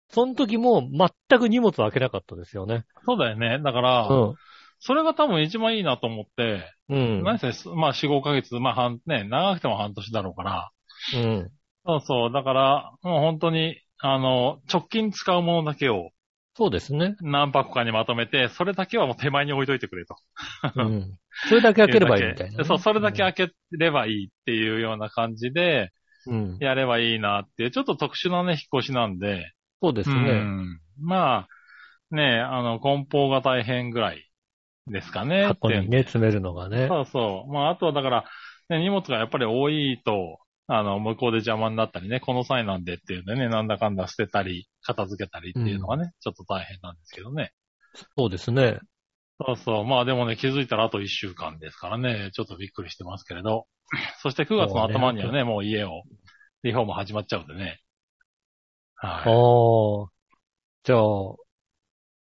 その時も全く荷物を開けなかったですよね。
そうだよね。だから、
うん。
それが多分一番いいなと思って、
うん。
何せ、まあ4、5ヶ月、まあ半、ね、長くても半年だろうから。
うん。
そうそう。だから、もう本当に、あの、直近使うものだけを
そうです ね。
何箱かにまとめて、それだけはもう手前に置いといてくれと。
うん。それだけ開ければいいみたいなね、
そう、それだけ開ければいいっていうような感じで、
うん。
やればいいなっていう、ちょっと特殊なね、引っ越しなんで。
そうです
う
ね。
んまあ、ねあの、梱包が大変ぐらいですかね。
過去にね、詰めるのがね。
そうそう。まあ、あとはだから、ね、荷物がやっぱり多いと、あの、向こうで邪魔になったりね、この際なんでっていうんでね、なんだかんだ捨てたり、片付けたりっていうのがね、ちょっと大変なんですけどね。
そうですね。
そうそう。まあでもね、気づいたらあと1週間ですからね、ちょっとびっくりしてますけれど。 そして9月の頭にはね、もう家を、リフォーム始まっちゃうんでね。
ああ
は。
じゃあ、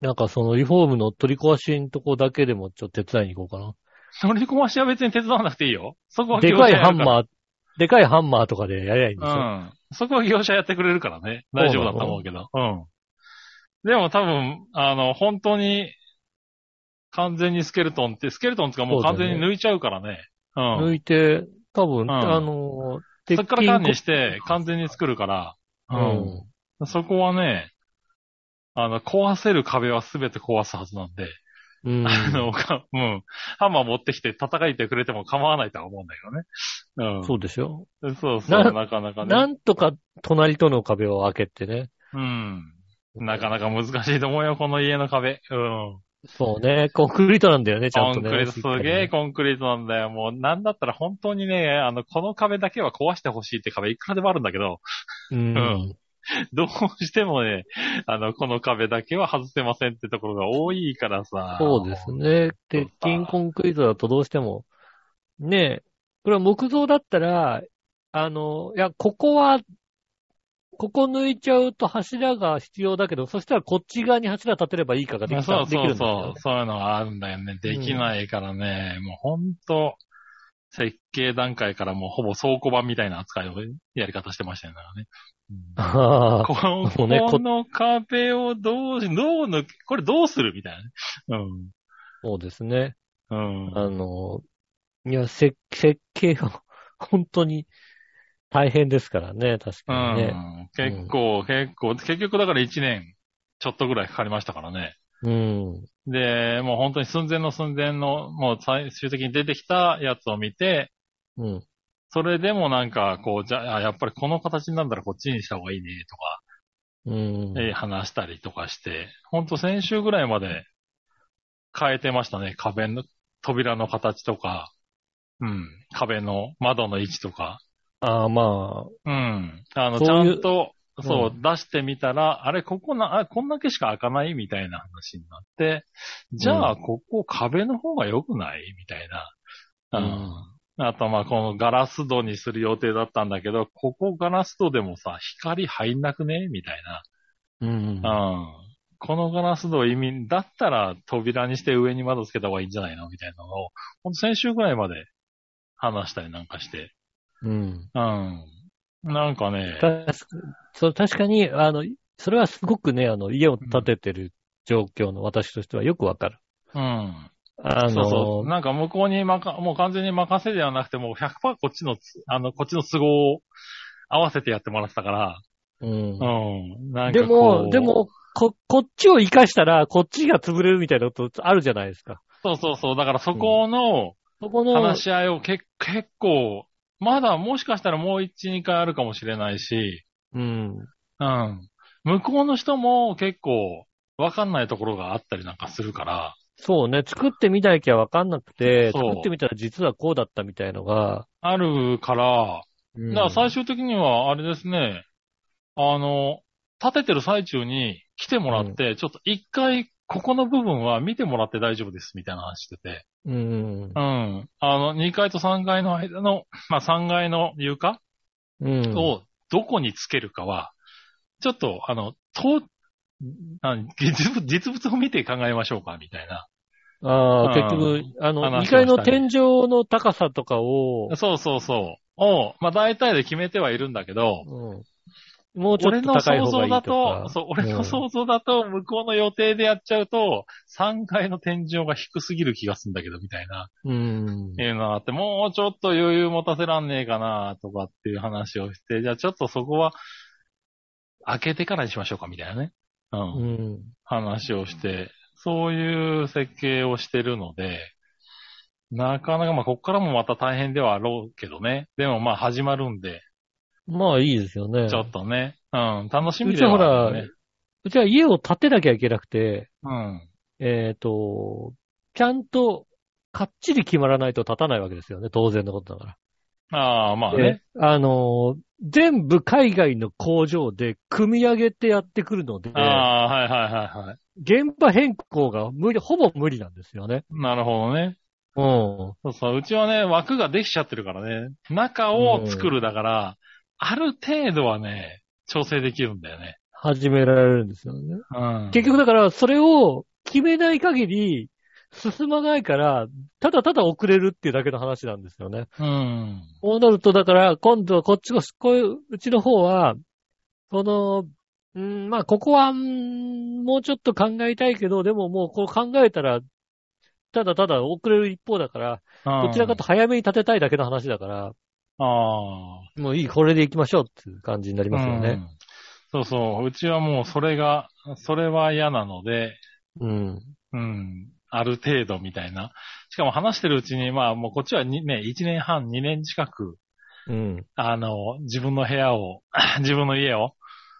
なんかそのリフォームの取り壊しんとこだけでもちょっと手伝いに行こうかな。
い。乗り込ましは別に手伝わなくていいよ。そこは
でかいハン
ー。
マー、でかいハンマーとかでやりゃいいんで
う
しょ、
ん。そこは業者やってくれるからね。大丈夫だと思うけど。うん。でも多分、あの、本当に、完全にスケルトンって、スケルトンっていうかもう完全に抜いちゃうからね。うん。
抜いて、多分、
ん
あの、鉄
そっから管理して、完全に作るから。
う。ん。
そこはね、あの、壊せる壁はすべて壊すはずなんで、
うん。
あ の、かうん、ハンマー持ってきて叩いてくれても構わないとは思うんだけどね。
そうでしょ
うん。そうそう
な
なかなか
な
ね。
んとか隣との壁を開けてね。
うん。なかなか難しいと思うよ、この家の壁。うん。
そうね。コンクリートなんだよね、ちゃん
コ
と
ン
ね。
クリート、すげえコンクリートなんだよ。もう、なんだったら本当にね、あの、この壁だけは壊してほしいって壁いくらでもあるんだけど、
うん。
どうしてもね、あの、この壁だけは外せませんってところが多いからさ。
そうですね。鉄筋コンクリートだとどうしても。ねえ。これは木造だったら、あの、いや、ここは、ここ抜いちゃうと柱が必要だけど、そしたらこっち側に柱立てればいいかができた
そう
でき
そ
る
うん
だよ
そう。そういうのがあるんだよね。できないからね、もうほんと、設計段階からもうほぼ倉庫版みたいな扱いをやり方してましたよね。うん
あ
この
もうねこ
この壁をどうし、どう抜け、これどうするみたいなね。
ーそうですね。
うん。うん。
あの、いや、設設計を本当に大変ですからね、確
う
かにね。
ん。結構、結構、結局だから1年ちょっとぐらいかかりましたからね。
うん。
で、もう本当に寸前の寸前の、もう最終的に出てきたやつを見て、
うん。
それでもなんか、こう、じゃあ、あやっぱりこの形になるならこっちにした方がいいね、とか、
うん。
えー話したりとかして、ほんと先週ぐらいまで変えてましたね。壁の、扉の形とか、うん、壁の窓の位置とか。
ああ、まあ、
うん。あの、ち
そ
ゃ
ういうん
と、そう、
う
出してみたら、あれ、ここな、あ、こんだけしか開かないみたいな話になって、じゃあ、ここ壁の方が良くないみたいな。うん。あと、まあ、このガラス戸にする予定だったんだけど、ここガラス戸でもさ、光入んなくねみたいな。
うん。
うん。このガラス戸意味、だったら扉にして上に窓つけた方がいいんじゃないのみたいなのを、ほんと先週ぐらいまで話したりなんかして。
うん。
うん。なんかね、
確かそう確かに、あの、それはすごくね、あの、家を建ててる状況の私としてはよくわかる。
うん。
あの、
そうそう。なんか向こうにまか、もう完全に任せではなくて、もう100%こっちのつ、あの、こっちの都合を合わせてやってもらってたから、
うん
うん。なんか
で
こ
も、
う
で、も、こ、こっちを生かしたら、こっちが潰れるみたいなことあるじゃないですか。
そうそうそう。だからそこの、
そこの、
話し合いをけ結構、まだもしかしたらもう1、2回あるかもしれないし、
うん。
うん。向こうの人も結構わかんないところがあったりなんかするから、
そうね、作ってみなきゃわかんなくて、
そう
作ってみたら実はこうだったみたいのが、
あるから、だから最終的にはあれですね、あの、立ててる最中に来てもらって、ちょっと一回ここの部分は見てもらって大丈夫ですみたいな話してて、
うん。
うん。あの、2階と3階の間の、まあ3階の床
うん。
をどこにつけるかは、ちょっと、あの、と、あ実物実物を見て考えましょうか、みたいな。
ああ、
うん
結局、あの、
話
2
しました
階
ね
の天井の高さとかを、
そうそうそう。を、まあ大体で決めてはいるんだけど、
うん、もうちょ
俺
っと
の
高い
想
方が
像
いいと
だ
か
と、。そう、俺の想像だと、向こうの予定でやっちゃうと、3階の天井が低すぎる気がするんだけど、みたいな。
うん。
いうのがあって、もうちょっと余裕持たせらんねえかな、とかっていう話をして、じゃあちょっとそこは、開けてからにしましょうか、みたいなね。うん
うん。
話をして、そういう設計をしてるので、なかなか、まあ、こっからもまた大変ではあろうけどね。でも、まあ、始まるんで、
まあいいですよね。
ちょっとね、うん、楽しみ
う
で
ちはほ
はある
ら
ね。、
うちは家を建てなきゃいけなくて、
うん。
えっ、と、ちゃんと、かっちり決まらないと立たないわけですよね。当然のことだから。
ああ、まあ
で
ね。
あのー、全部海外の工場で組み上げてやってくるので、
ああ、はいはいはいはい。
現場変更が無理、ほぼ無理なんですよね。
なるほどね。
うん。
そうそう、うちはね、枠ができちゃってるからね。中を作るだから、ある程度はね、調整できるんだよね。
始められるんですよね。
うん。
結局だから、それを決めない限り、進まないから、ただただ遅れるっていうだけの話なんですよね。
うん。
こうなると、だから、今度はこっちが、こういう、うちの方は、その、うん、まあ、ここは、うんもうちょっと考えたいけど、でももう、こう考えたら、ただただ遅れる一方だから、どちらか
と。
と早めに立てたいだけの話だから、
ああ。
もういい、これで行きましょうっていう感じになりますよ
う
ね。
んそうそう。うちはもうそれが、それは嫌なので、
うん。
うん。ある程度みたいな。しかも話してるうちに、まあもうこっちはにね、1年半、2年近く、
うん。
あの、自分の部屋を、 自分の家を、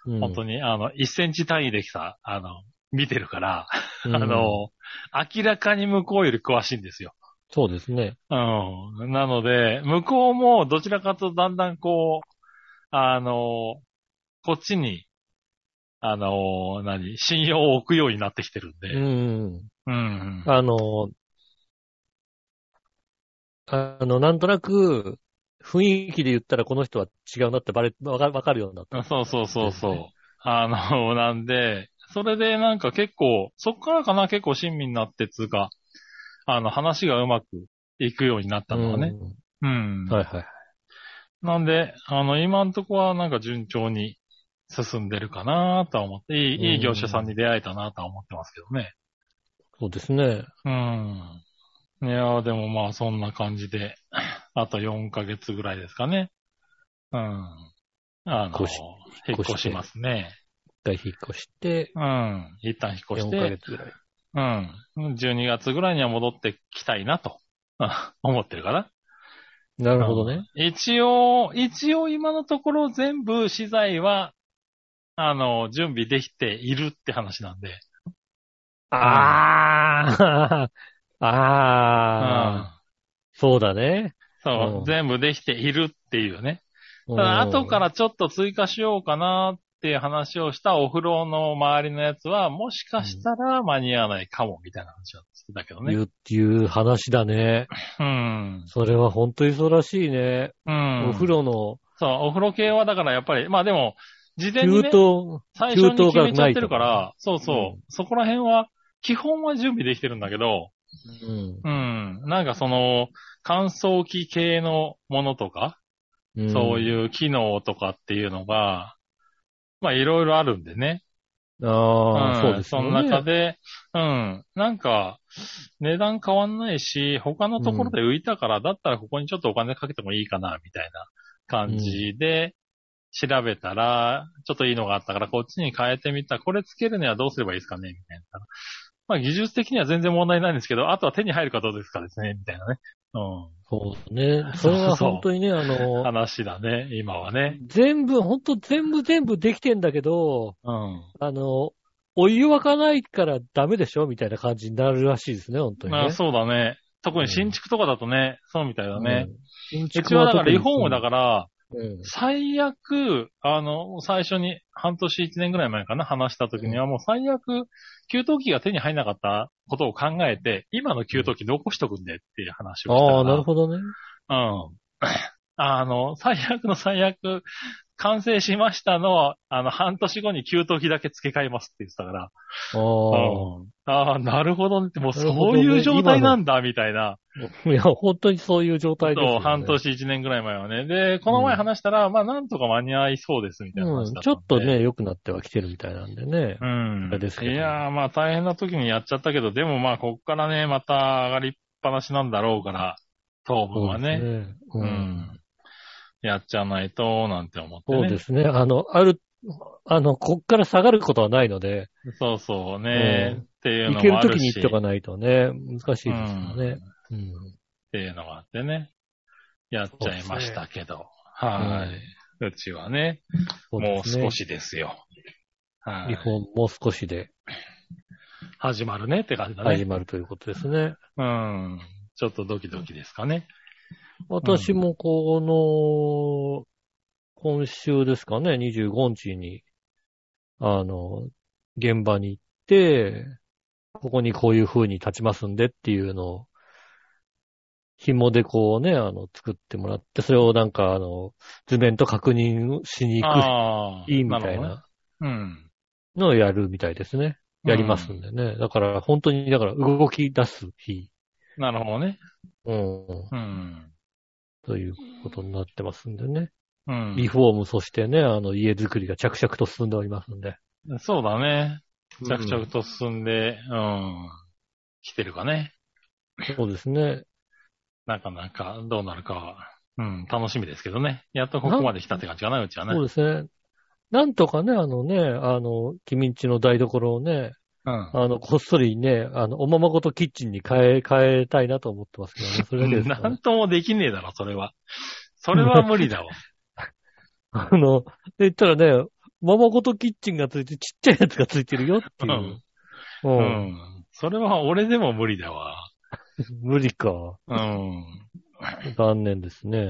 うん。
本当に、あの、1センチ単位でさ、あの、見てるから、
うん
あ、の、明らかに向こうより詳しいんですよ。
そうですね。
うん。なので、向こうもどちらかとだんだんこう、あの、こっちに、あの、何、信用を置くようになってきてるん
う
で。
ん。
うん。
あの、あの、なんとなく、雰囲気で言ったらこの人は違うなってバレ、わかわかるようになった。
そうそうそうそう。
ですね
あの、 なんで、それでなんか結構、そっからかな結構親身になってつうか、あの、話がうまくいくようになったのはね。うん。
うん。はいはい。
なんで、あの、今んとこはなんか順調に進んでるかなとは思って、いい、いい業者さんに出会えたなとは思ってますけどね。
そうですね。
うん。いやーでもまあそんな感じで、あと4ヶ月ぐらいですかね。うん。あの
越し、
引っ
越して
越しますね。
一回引っ越して、
うん。一旦引っ越し
4
て、
ヶ月ぐらい。
うん。12月ぐらいには戻ってきたいなと、 あ思ってるかな。
なるほどね。
一応、一応今のところ全部資材は、あの、準備できているって話なんで。
ああ、
う
ああ、
ん。
そうだね。
そう、
うん
全部できているっていうね。
た
ただ、後か。らちょっと追加しようかなっていう話をしたお風呂の周りのやつは、もしかしたら間に合わないかも、みたいな話だったけどね。
言う、いう話だね。
うん。
それは本当にそうらしいね。
うん。
お風。呂の
そう、お風呂系はだからやっぱり、まあでも、事前
給
に
湯
ね、、最
給
初
湯
に決
が
めちゃ
な
っ
いと
てる
か
か
ね
ら、そうそう、そこら辺は、基本は準備できてるんだけど、
うん
うん。なんかその、乾燥機系のものとか、
うん
そういう機能とかっていうのが、まあいろいろあるんでね。
ああ、
ん
そうですよね。
その中で、うん。なんか、値段変わんないし、他のところで浮いたから、だったらここにちょっとお金かけてもいいかな、みたいな感じで、調べたら、ちょっといいのがあったから、こっちに変えてみた。これつけるにはどうすればいいですかねみたいな。まあ、技術的には全然問題ないんですけど、あとは手に入るかどうですかですね、みたいなね。う
そう ね。それは本当にね、あ
ん。
の、
話だね、今はね。
全部、本当全部全部できてんだけど、
うん。
あの、お湯沸かないからダメでしょみたいな感じになるらしいですね、本当にね。
まあ、そうだね。特に新築とかだとね、そうみたいだね。
うん。う
うちはだからリフォームだから、
ら。うん。
最悪、あの、最初に半年一年ぐらい前かな、話した時にはもう最悪、給湯器が手に入らなかったことを考えて、今の給湯器残しとくんでっていう話をしたから。
ああ、なるほどね。
ど。うん。あの、最悪の最悪、完成しましたの、あの、半年後に給湯器だけ付け替えますって言ってたから。
あ
ああ、なるほどねって、もう
なる
そ
ほど
う
ね
いう状態なんだ、みたいな。
あ。いや、本当にそういう状態ですよね。
そう、半年1年ぐらい前はね。で、この前話したら、まあ、なんとか間に合いそうです、みたいな
う
話だ
ん
たんで
ちょっとね、良くなってはきてるみたいなんでね。
うん
あれですけど
いやー、まあ大変な時にやっちゃったけど、でもまあこっからね、また上がりっぱなしなんだろうから、当分は
そう
ね。
うですね。うん。
ん。やっちゃないと、なんて思ってね。
そうですね。あの、ある、あの、こっから下がることはないので、
そうそうね、
うん
っていう
行
の
け
も
る
あ
と
る
きに
し。
行っとかないとね、難しいですから
うん
ね
っ。
うん。
ていうのがあってね。やっちゃいましたけど。はーい。うちはね、
そ
もう
ですね
少。しですよ。は
日
い。
本もう少しで
始まるねって感じだね。
始まるということですね。
うん。ちょっとドキドキですかね。
私もこの、今週ですかね、25日に、あの、現場に行って、ここにこういう風に立ちますんでっていうのを、紐でこうね、あの、作ってもらって、それをなんかあの、図面と確認しに行
ああ
く、
ー
いいみた
る
い
ほどね
な
うん。
のをやるみたいですね。やりますんでね。だから本当に、だから動き出す日、
なるほどね。
うん、
うん。
ということになってますんでね。
うん。
リフォーム、そしてね、あの、家づくりが着々と進んでおりますんで。
そうだね。着
う
々
ん
と進んで、うん。来てるかね。
そうですね。
なかなかどうなるかは。うん、楽しみですけどね。やっとここまで来たって感じかな、うちはね。
そうですね。なんとかね、あのね、あの、君んちの台所をね、
うん。
あの、こっそりね、あの、おままごとキッチンに変え、変えたいなと思ってますけど ね。それだけですか
な
ね
んともできねえだろ、それは。それは無理だわ。
あの、で言ったらね、おままごとキッチンがついて、ちっちゃいやつがついてるよっていう。う。
うんん。それは俺でも無理だわ。
無理 か。
うん。
残念ですね。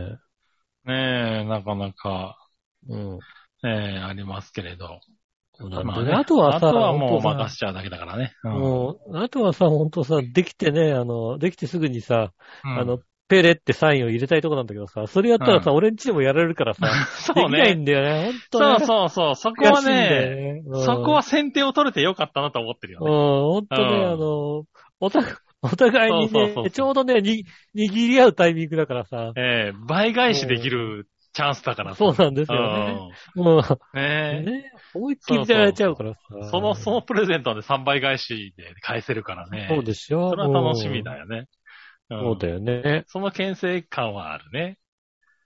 ねえ、なかなか、
うん。
ねえ、ありますけれど。
そうなん
ま
だ
あ
よ
ね
ね。あとはさ、
あとはも
本
う
当さ
任せちゃうだけだからね。うん
もう、あとはさ、ほんとさ、できてね、あの、できてすぐにさ、
うん
あの、ペレってサインを入れたいとこなんだけどさ、それやったらさ、
う
俺んちでもやられるからさ、
そう
できない
ね。
んだよね、ほんと
そう
ね。
そうそう。そこ
悔し
はい
んだ
ね、
よね、うん
そこは、先手を取れてよかったなと思ってるよ
うん、
ね。
ほんとね、
うん
あの、おた、お互いに
そうそうそうそ
ね
う、
ちょうどね、に、握り合うタイミングだからさ、
ええ倍返しできるチャンスだから
そう
で
なんですよね。もう、
ね。ねえ
ね、思いっきりやられちゃうからさ。
その、そのプレゼントで3倍返しで返せるからね。
そうでしょ
それは楽しみだ
よ。
よね。
そうだよね。
その牽制感はあるね。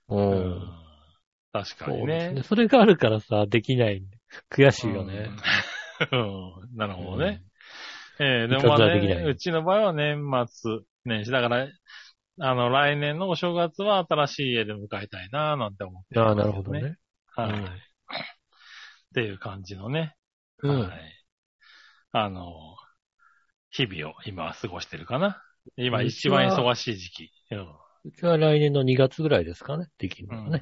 う。
うん確か
そう
に
です
ね
ね。。それがあるからさ、できないんで。悔しいよね。
うん。なるほどね。えー
い
で
た
も
ず
ま
ら
あ
できない
ね、うちの場合は年末年始。だから、あの、来年のお正月は新しい家で迎えたいなぁ、なんて思って
ああ、
ま
な
す
る
よ
ほど。ね。
はい。
うん
っていう感じのね。
う
はい
ん。。
あの、日々を今は過ごしてるかな。今
う
一
ちは
番忙しい時期。うん。
うちは来年の2月ぐらいですかね。できるのはね。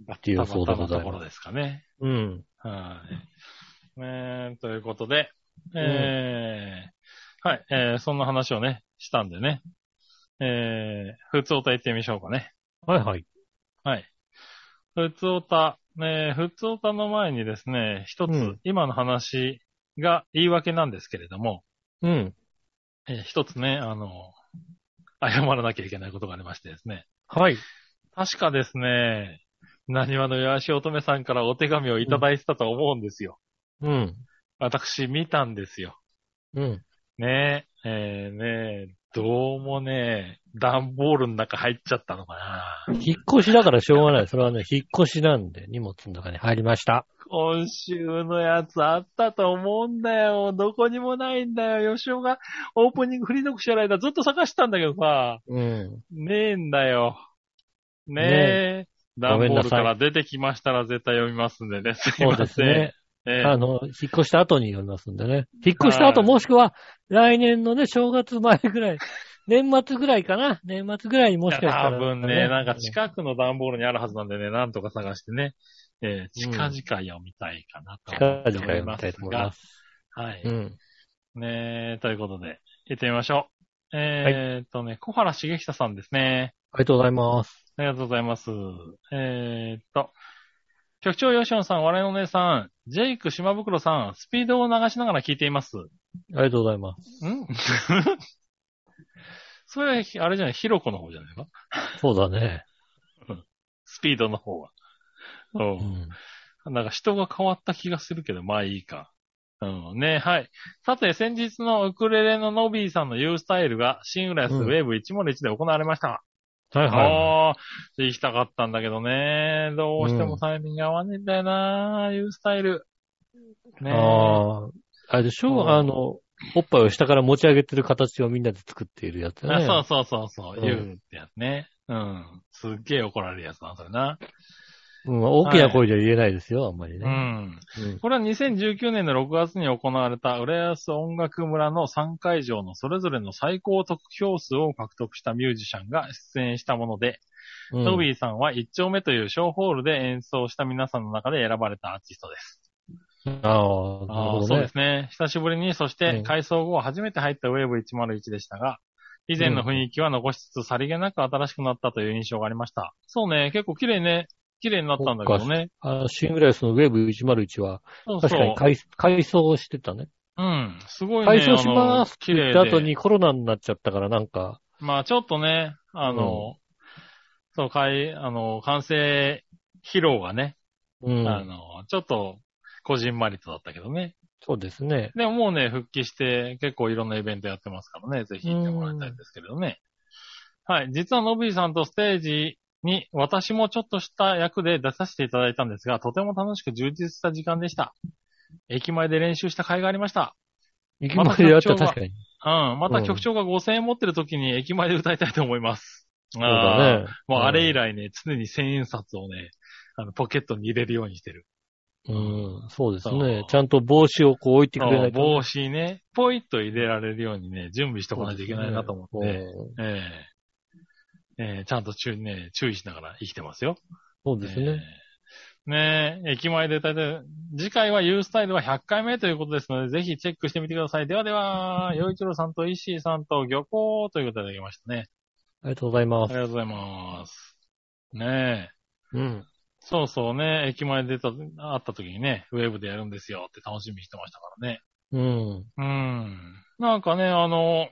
うん。バ
ていう
ッ
予
タ
想で
バタ
ご
な
ざいます
ところですかね。
うん。
はい。えー、ということで、えー、はい、えー、そんな話をね、したんでね、えー、普通おた行ってみましょうかね。
はいはい。
はい。普通おた、えー、普通おたの前にですね、一つ、
うん
今の話が言い訳なんですけれども、
うん。
えー一つね、あの、謝らなきゃいけないことがありましてですね。
はい。
確かですね、何話のよし乙女さんからお手紙をいただいてたと思うんですよ。
うん。
私見たんですよ。
うん。
ねえ、えーねえ、どうもね、段ボールの中入っちゃったのかな。
引っ越しだからしょうがない。それはね、引っ越しなんで、荷物の中に入りました。
今週のやつあったと思うんだよ。どこにもないんだよ。吉尾がオープニングフリードクしてる間ずっと探したんだけどさ、
うん。
ねえんだよ。ねえ。
ご
段ボ
めんな
ー
さい
ルから出てきましたら絶対読みますんでね。すい
そう
ません。
ですね。
ええ
あの、引っ越した後に読みますんでね。引っ越した後もしくは、来年のね、正月前ぐらい、年末ぐらいかな。年末ぐらいにもしかしたら、
多分ね、なんか近くの段ボールにあるはずなんでね、なんとか探してね、えー近々読みたいかなと
近
思
々
っており
読み
ま
たい
す
と思い
が
ま、す。
はい。
うん。
ねえということで、行ってみましょう。えーっとね、小原茂久さんですね。
ありがとうございます。
ありがとうございます。えーっと、局長ヨシオンさん、我のお姉さん、ジェイク島袋さん、スピードを流しながら聞いています。ん
ありがとうございます。
それは、あれじゃない、ヒロコの方じゃないの
そうだね。
スピードの方は。うん
うん。
なんか人が変わった気がするけど、まあいいか。うん、ねはい。さて、先日のウクレレのノビーさんの U スタイルが、新浦安
うん
ウェーブ101で行われました。
はいは
おー、行きたかったんだけどね。どうしてもタイミング合わねえんだよな、U スタイル。
い。
ね
ああ。あれでしょ、
うん
あの、おっぱいを下から持ち上げてる形をみんなで作っているやつだ
あ
ね。
そうそうそうそうう、
ん
U ってやつね。うん。すっげえ怒られるやつなんだよな。
うん。大きな声じゃ言えないですよ、あんまり
う
ね。
ん。
うん。
これは2019年の6月に行われた、浦安音楽村の3会場のそれぞれの最高得票数を獲得したミュージシャンが出演したもので、
うん
ノビーさんは1丁目という小ホールで演奏した皆さんの中で選ばれたアーティストです。
ああ、なるほど
そうで
ね。
すね。久しぶりに、そし
うん
て改装後初めて入った Wave101 でしたが、以前の雰囲気は残しつつ、さりげなく新しくなったという印象がありました。そうね、結構綺麗ね。綺麗になったんだけどね。
あのシングライスのウェーブ101は、
そうそう。
確かに改改装してたね。
うん。すごいね。
改装しますって
あの綺
言
麗
った
で。
後にコロナになっちゃったからなんか、
まあちょっとね、あの、そう、かい、あの、完成披露がね、
うん、
あの、ちょっと、こじんまりとだったけどね。
そうですね。
でももうね、復帰して結構いろんなイベントやってますからね、ぜひ行ってもらいたいんですけれどね。はい。実はノビーさんとステージに私もちょっとした役で出させていただいたんですが、とても楽しく充実した時間でした。駅前で練習した甲斐がありました。
行きまでやった
また
確かに。
うん。ま
う
た
ん
局長が5000円持ってる時に駅前で歌いたいと思います。そう
そうだね。
もうあれ以来ね、常に1000円札をね、あの、ポケットに入れるようにしてる。
うん、そうですね
そう。
ちゃんと帽子をこう置いてくれないと。
帽子にね、ポイッと入れられるようにね、準備しとかないといけないなと思って、
うん
ええええちゃんと注意ね、注意しながら生きてますよ。
そうですね。
ええねえ、駅前で歌いたい。次回は U スタイルは100回目ということですので、ぜひチェックしてみてください。ではでは、洋一郎さんと石井さんと漁港ということでいただきましたね。
ありがとうございま
あり
す。
がとうございます。ねえ。
うん。
そうそうね、駅前でた、会った時にね、ウェブでやるんですよって楽しみにしてましたからね。
うん。
うん。なんかね、あの、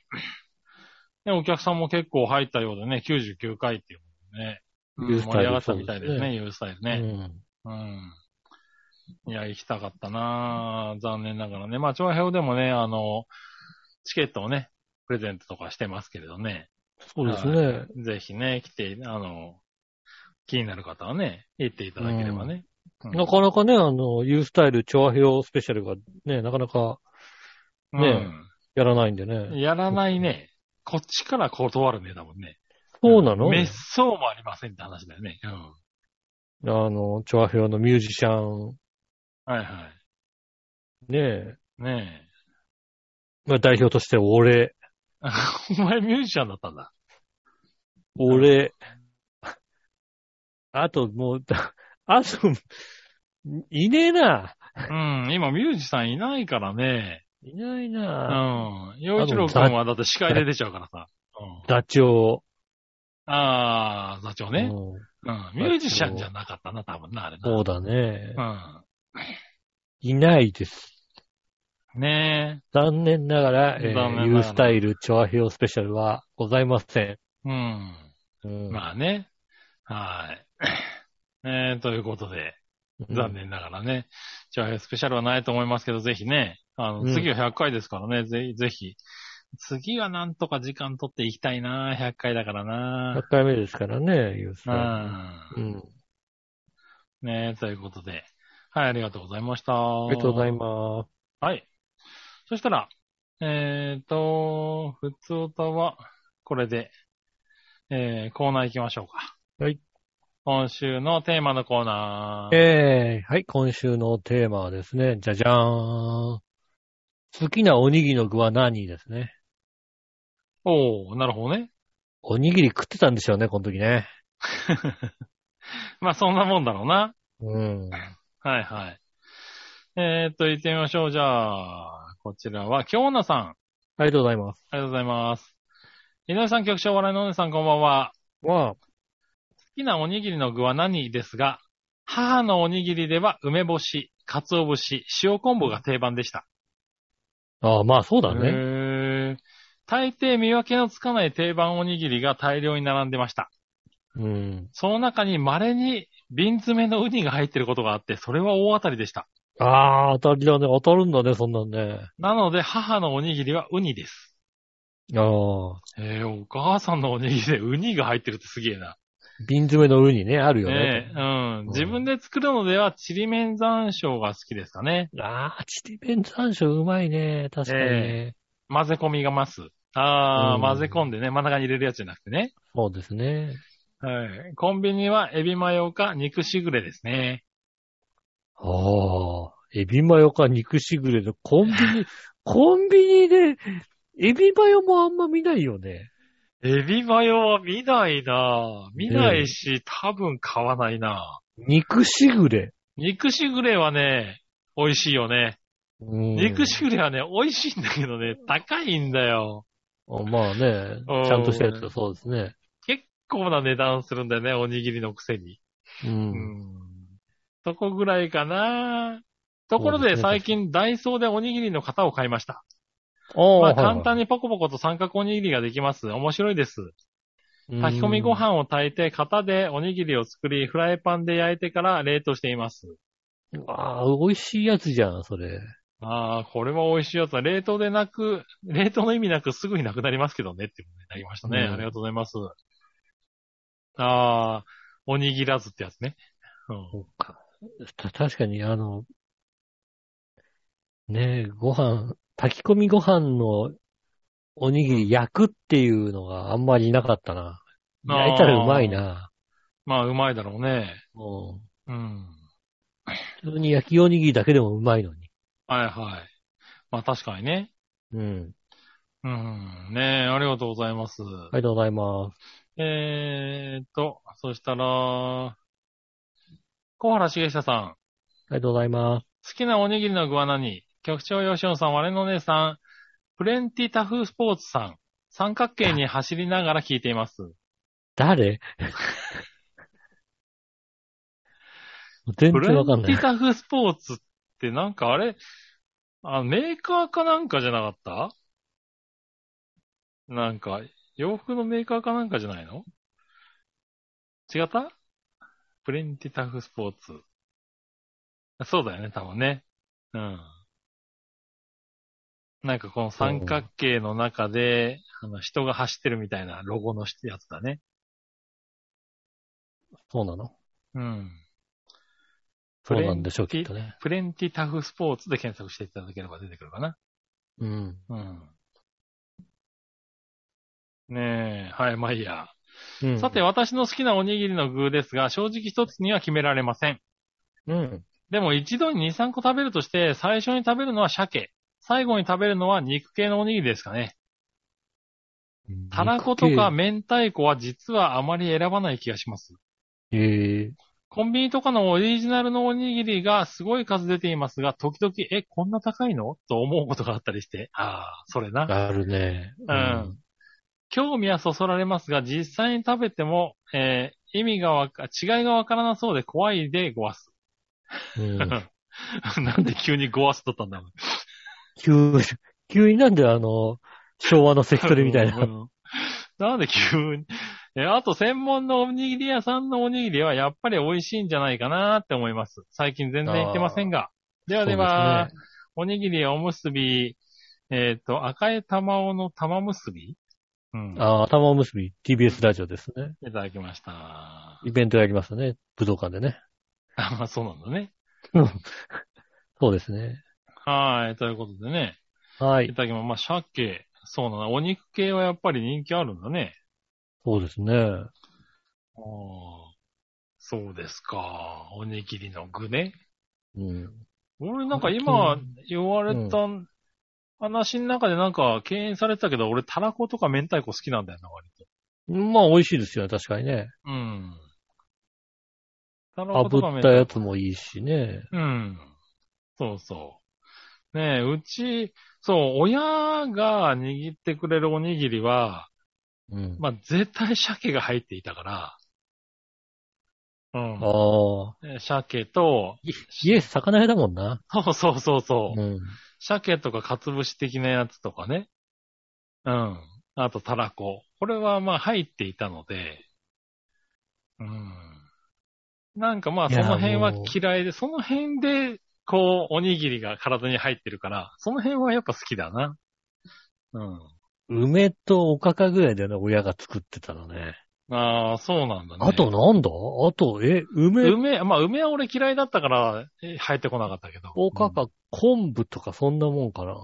ね、お客さんも結構入ったようでね、99回っていうもんね。
ユースタイル
盛り上がったみたいですね、ユースタイル
う
ね。
ん。
うん。いや、行きたかったなぁ残念ながらね。まあ、長編でもね、あの、チケットをね、プレゼントとかしてますけれどね。
そうです
は
ね。
いぜひね、来て、あの、気になる方はね、行っていただければね。うん
なかなかね、あの、ユースタイル調和表スペシャルがね、なかなかねやらないんで
うん。
ね。
やらないね。こっちから断るね、だもんね。
そうなの
滅相もありませんって話だよね。うん。
あの、調和表のミュージシャン、
はいは
ねえ、
い。ね
まあ代表として俺、
え。 お前ミュージシャンだったんだ。
俺、あともう、 だあと、いねえな。
うん、今ミュージシャンいないからね。
いないうな。
ん。洋一郎くんはだって司会で出ちゃうからさ。うん。
ダチョ
あー、座長
ウ。
ね。
うん
うん。ミュージシャンじゃなかったな、多分な、あれな。
そうだね。
う
いないです。
ん。ね
残念ながら、え
残念ながら
ー、ユースタイル調和表スペシャルはございません。
え。うん。
うん
まあね。はい。えー、ということで、残。念ながらね、チャーヘイスペシャルはないと思いますけど、ぜひね、あ
う
の、
ん
次は100回ですからね、ぜひ、ぜひ、次はなんとか時間取っていきたいな、100回だから
100
な。
回目ですからね、ユース
う
タイ
ん。
ル。うん。
ねえ、ということで。はい、ありがとうございました。
あ
あ
りがとうござい
す。
ます。
はい。そしたら、えーと、普通歌は、これで、えー、コーナー行きましょうか。
はい。
今週のテーマのコーナー。
えー、はい、今週のテーマはですね、じゃじゃーん。好きなおにぎりの具は何ですね。
おー、なるほどね。
おにぎり食ってたんでしょうね、この時ね。
まあ、そんなもんだろうな。
うん。
はいはい。えーっと、行ってみましょう。じゃあ、こちらは、京奈さん。
ありがとうございます。
ありがとうございます。井上さん、局長、笑いのお姉さん、こんばんは。
わ
好きなおにぎりの具は何ですが、母のおにぎりでは梅干し、鰹節、塩昆布が定番でした。
あ。ああ、まあそうだね。
へー大抵見分けのつかない定番おにぎりが大量に並んでました。
うん。
その中に稀に瓶詰めのウニが入ってることがあって、それは大当たりでした。
ああ、当たりだね。当たるんだね、そんなんね。
なので、母のおにぎりはウニです。
ああ。
ええお母さんのおにぎりでウニが入ってるってすげえな。
瓶詰めの上にね、あるよ
ね
ね。
え、うん。自分で作るのでは、ちりめん山椒が好きですかね。
ああ、チリベン山椒うまいね。確かにね。
混ぜ込みがます。ああ、
うん
混ぜ込んでね、真ん中に入れるやつじゃなくてね。
そうですね。
はい。コンビニは、エビマヨか、肉しぐれですね。
ああ、エビマヨか肉しぐれのコンビ ニ、コンビニで、エビマヨもあんま見ないよね。
エビマヨは見ないなぁ見ないし、多分買わないなぁ
肉しぐれ。
肉しぐれはね、美味しいよね。
うん
肉しぐれはね、美味しいんだけどね、高いんだよ。
あまあね、
うん
ちゃんとしたやつはそうですね。
結構な値段するんだよね、おにぎりのくせに。
う。
うんんそこぐらいかな。ところで
そうですね
最近ダイソーでおにぎりの型を買いました。
ああ、
まあ
はいはい
簡単にポコポコと三角おにぎりができます。面白いです。炊き込みご。飯を炊いて型でおにぎりを作り、フライパンで焼いてから冷凍しています。
うんああ、美味しいやつじゃん、それ。
ああ、これは美味しいやつだ。冷凍でなく、冷凍の意味なくすぐになくなりますけどねっていうことになりましたね。
うん
ありがとうございます。ああ、おにぎらずってやつね。うん
そっか。た確かに、あの、ねえ、ご飯、炊き込みご飯のおにぎり焼くっていうのがあんまりなかったな。
あー
焼いたらうまいな。
まあ、うまいだろうね。
うん
うん。
普通に焼きおにぎりだけでもうまいのに。
はいはい。まあ確かにね。
うん。
うん。ねえ、ありがとうございます。
ありがとうございます。
えーっと、そしたら、小原茂久さん。
ありがとうございます。
好きなおにぎりの具は何局長吉野さん、我の姉さん、プレンティタフスポーツさん。三角形に走りながら聞いています。
誰 全
プレ
然
ン
わ
テ
かんない
ィ。タフスポーツってなんかあれ、あ、メーカーかなんかじゃなかったなんか、洋服のメーカーかなんかじゃないの違ったプレンティタフスポーツ。そうだよね、多分ね。うん。なんかこの三角形の中で、あの人が走ってるみたいなロゴのやつだね。
そうなの
うん。
そ
プ
う
レ
なん
ン
でしょう、きっとね。
プレンティタフスポーツで検索していただければ出てくるかな。
うん。
うん。ねえ、はい、まあいいや。
うん
さて、、私の好きなおにぎりの具ですが、正直一つには決められません。
うん。
でも一度に2、3個食べるとして、最初に食べるのは鮭。最後に食べるのは肉系のおにぎりですかね。たらことか明太子は実はあまり選ばない気がします。
ええ
コンビニとかのオリジナルのおにぎりがすごい数出ていますが、時々、え、こんな高いのと思うことがあったりして、ああ、それな。
あるね。
うん。興味はそそられますが、実際に食べても、えー意味がわか、違いがわからなそうで怖いでごわす。
うん。
なんで急にごわすだったんだろう。
急、急になんであの、昭和の関取みたいな。
うん なんで急に。え、あと専門のおにぎり屋さんのおにぎりはやっぱり美味しいんじゃないかなって思います。最近全然行ってませんが。ではでは、
そう
おにぎりおむすび、えっ、と、赤い玉尾の玉結びうん。
ああ、玉結び、TBS ラジオですね。
いただきました。
イベントやりますね。武道館でね。
あ、まあそうなんだね。
そうですね。
はい。ということでね。
はい
い。ただきます。まあ、鮭、そうなんだ。お肉系はやっぱり人気あるんだね。
そうですね。
あーそうですか。おにぎりの具ね。
うん。
俺なんか今
うん
言われた話の中でなんか敬遠されてたけど、俺たらことか明太子好きなんだよな、割と。
まあ、美味しいですよね。確かにね。
うん。たらことか
炙
明
った
太
や
子。
つもいいしね。
うん。そうそう。ねえ、うち、そう、親が握ってくれるおにぎりは、
うん。
まあ、絶対鮭が入っていたから、うん
ああ。
ね。鮭と、
家、魚屋だもんな。
そうそうそうそう。
うん。
鮭とかかつぶし的なやつとかね。うん。あと、たらこ。これはまあ入っていたので、うん。なんかまあ
い
そ
や
の辺は
もう
嫌いで、その辺で、こう、おにぎりが体に入ってるから、その辺はやっぱ好きだな。うん。
梅とおかかぐらいだよね、親が作ってたのね。
ああ、そうなんだね。
あと、なんだあと、え、梅、
梅、まあ梅は俺嫌いだったから、え入ってこなかったけど。
おかか、昆布とかそんなもんかな。
うん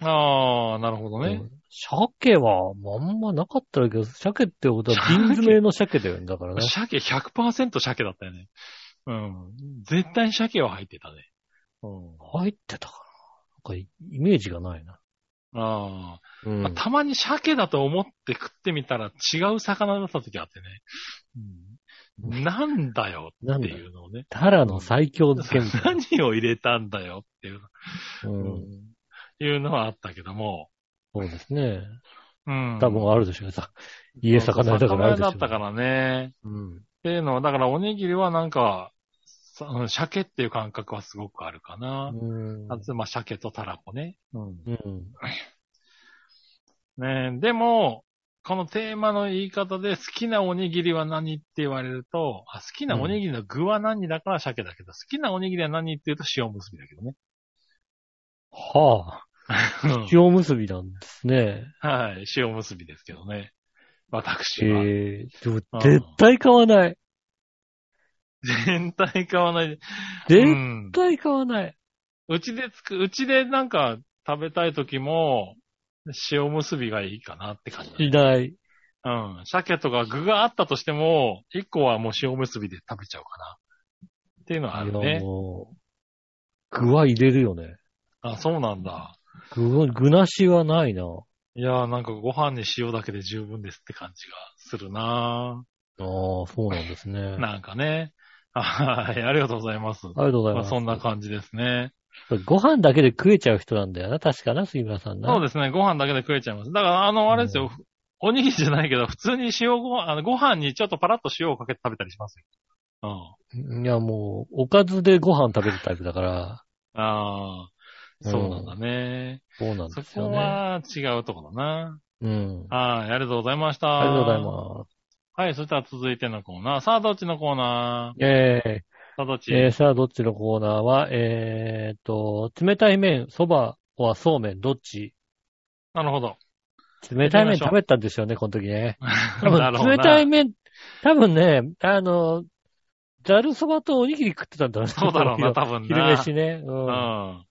ああ、なるほどね
う。ん鮭は、まああんまなかったけど、鮭ってことは瓶詰めの鮭だよね、だからね。
鮭100%鮭だったよね。うん。絶対鮭は入ってたね。うん。
入ってたかな。なんか、イメージがないな。
あ
う
ー、
ん
まあ。たまに鮭だと思って食ってみたら違う魚だった時あってね。うん、なんだよ
な
っ
ん
て
だ
いうのをね。
タラの最強漬けみたいな。
何を入れたんだよっていう
うん。
いうのはあったけども。
そうですね。
うん。
多分あるでしょうね。さ家魚屋だからある
魚屋
でし
だ
ょうね。
ったからね。
うん。
っていうのは、だからおにぎりはなんか、さうん鮭っていう感覚はすごくあるかな。
うん。
あと、まあ、鮭とたらこね。うん。
うん。
ねえ、でも、このテーマの言い方で好きなおにぎりは何って言われると、あ好きなおにぎりの具は何だから鮭だけど、好きなおにぎりは何って言うと塩結びだけどね。
はあ。塩結びなんですね。
はい、塩結びですけどね。私は。
ええでも
ああ
絶対買わない。
全体買わないで。う
絶
ん。
対買わない。
うちでつく、うちでなんか食べたい時も、塩結びがいいかなって感じだね、
しない。
うん。鮭とか具があったとしても、一個はもう塩結びで食べちゃうかな。っていうのはある
いや
ね。
もう具は入れるよね。
あ、そうなんだ。
具、具なしはないな。
いやーなんかご飯に塩だけで十分ですって感じがするな
ああ、そうなんですね。
ー
あ
なんかね。はい、ありがとうございます。
りがとうござい
まあ、
ます。
そんな感じですね。
ご飯だけで食えちゃう人なんだよな、確かな、杉村さんな。
そうですね、ご飯だけで食えちゃいます。だから、あの、あれですよ、
うん
おにぎりじゃないけど、普通に塩ご飯、あのご飯にちょっとパラッと塩をかけて食べたりしますよ。うん。
いや、もう、おかずでご飯食べるタイプだから、
ああ、そうなんだね。
そうなん
そ
ですよ
こ
ね。
は違うところだな。
うん。
はい、ありがとうございました。
ありがとうございます。
す。はい、そしたら続いてのコーナー。さあ、どっちのコーナ
えー、
ーさあ、どっち、
えー、さあ、どっちのコーナーは、えーっと、冷たい麺、そばはそうめん、どっち
なるほど。
冷たい麺
行きましょう
食べたんですよね、この時ね。多
なるほど
分
な
冷たい麺、多分ね、あの、ざるそばとおにぎり食ってたんだろうね
そうだろうな、多分な。
昼飯ね。う。
うんん。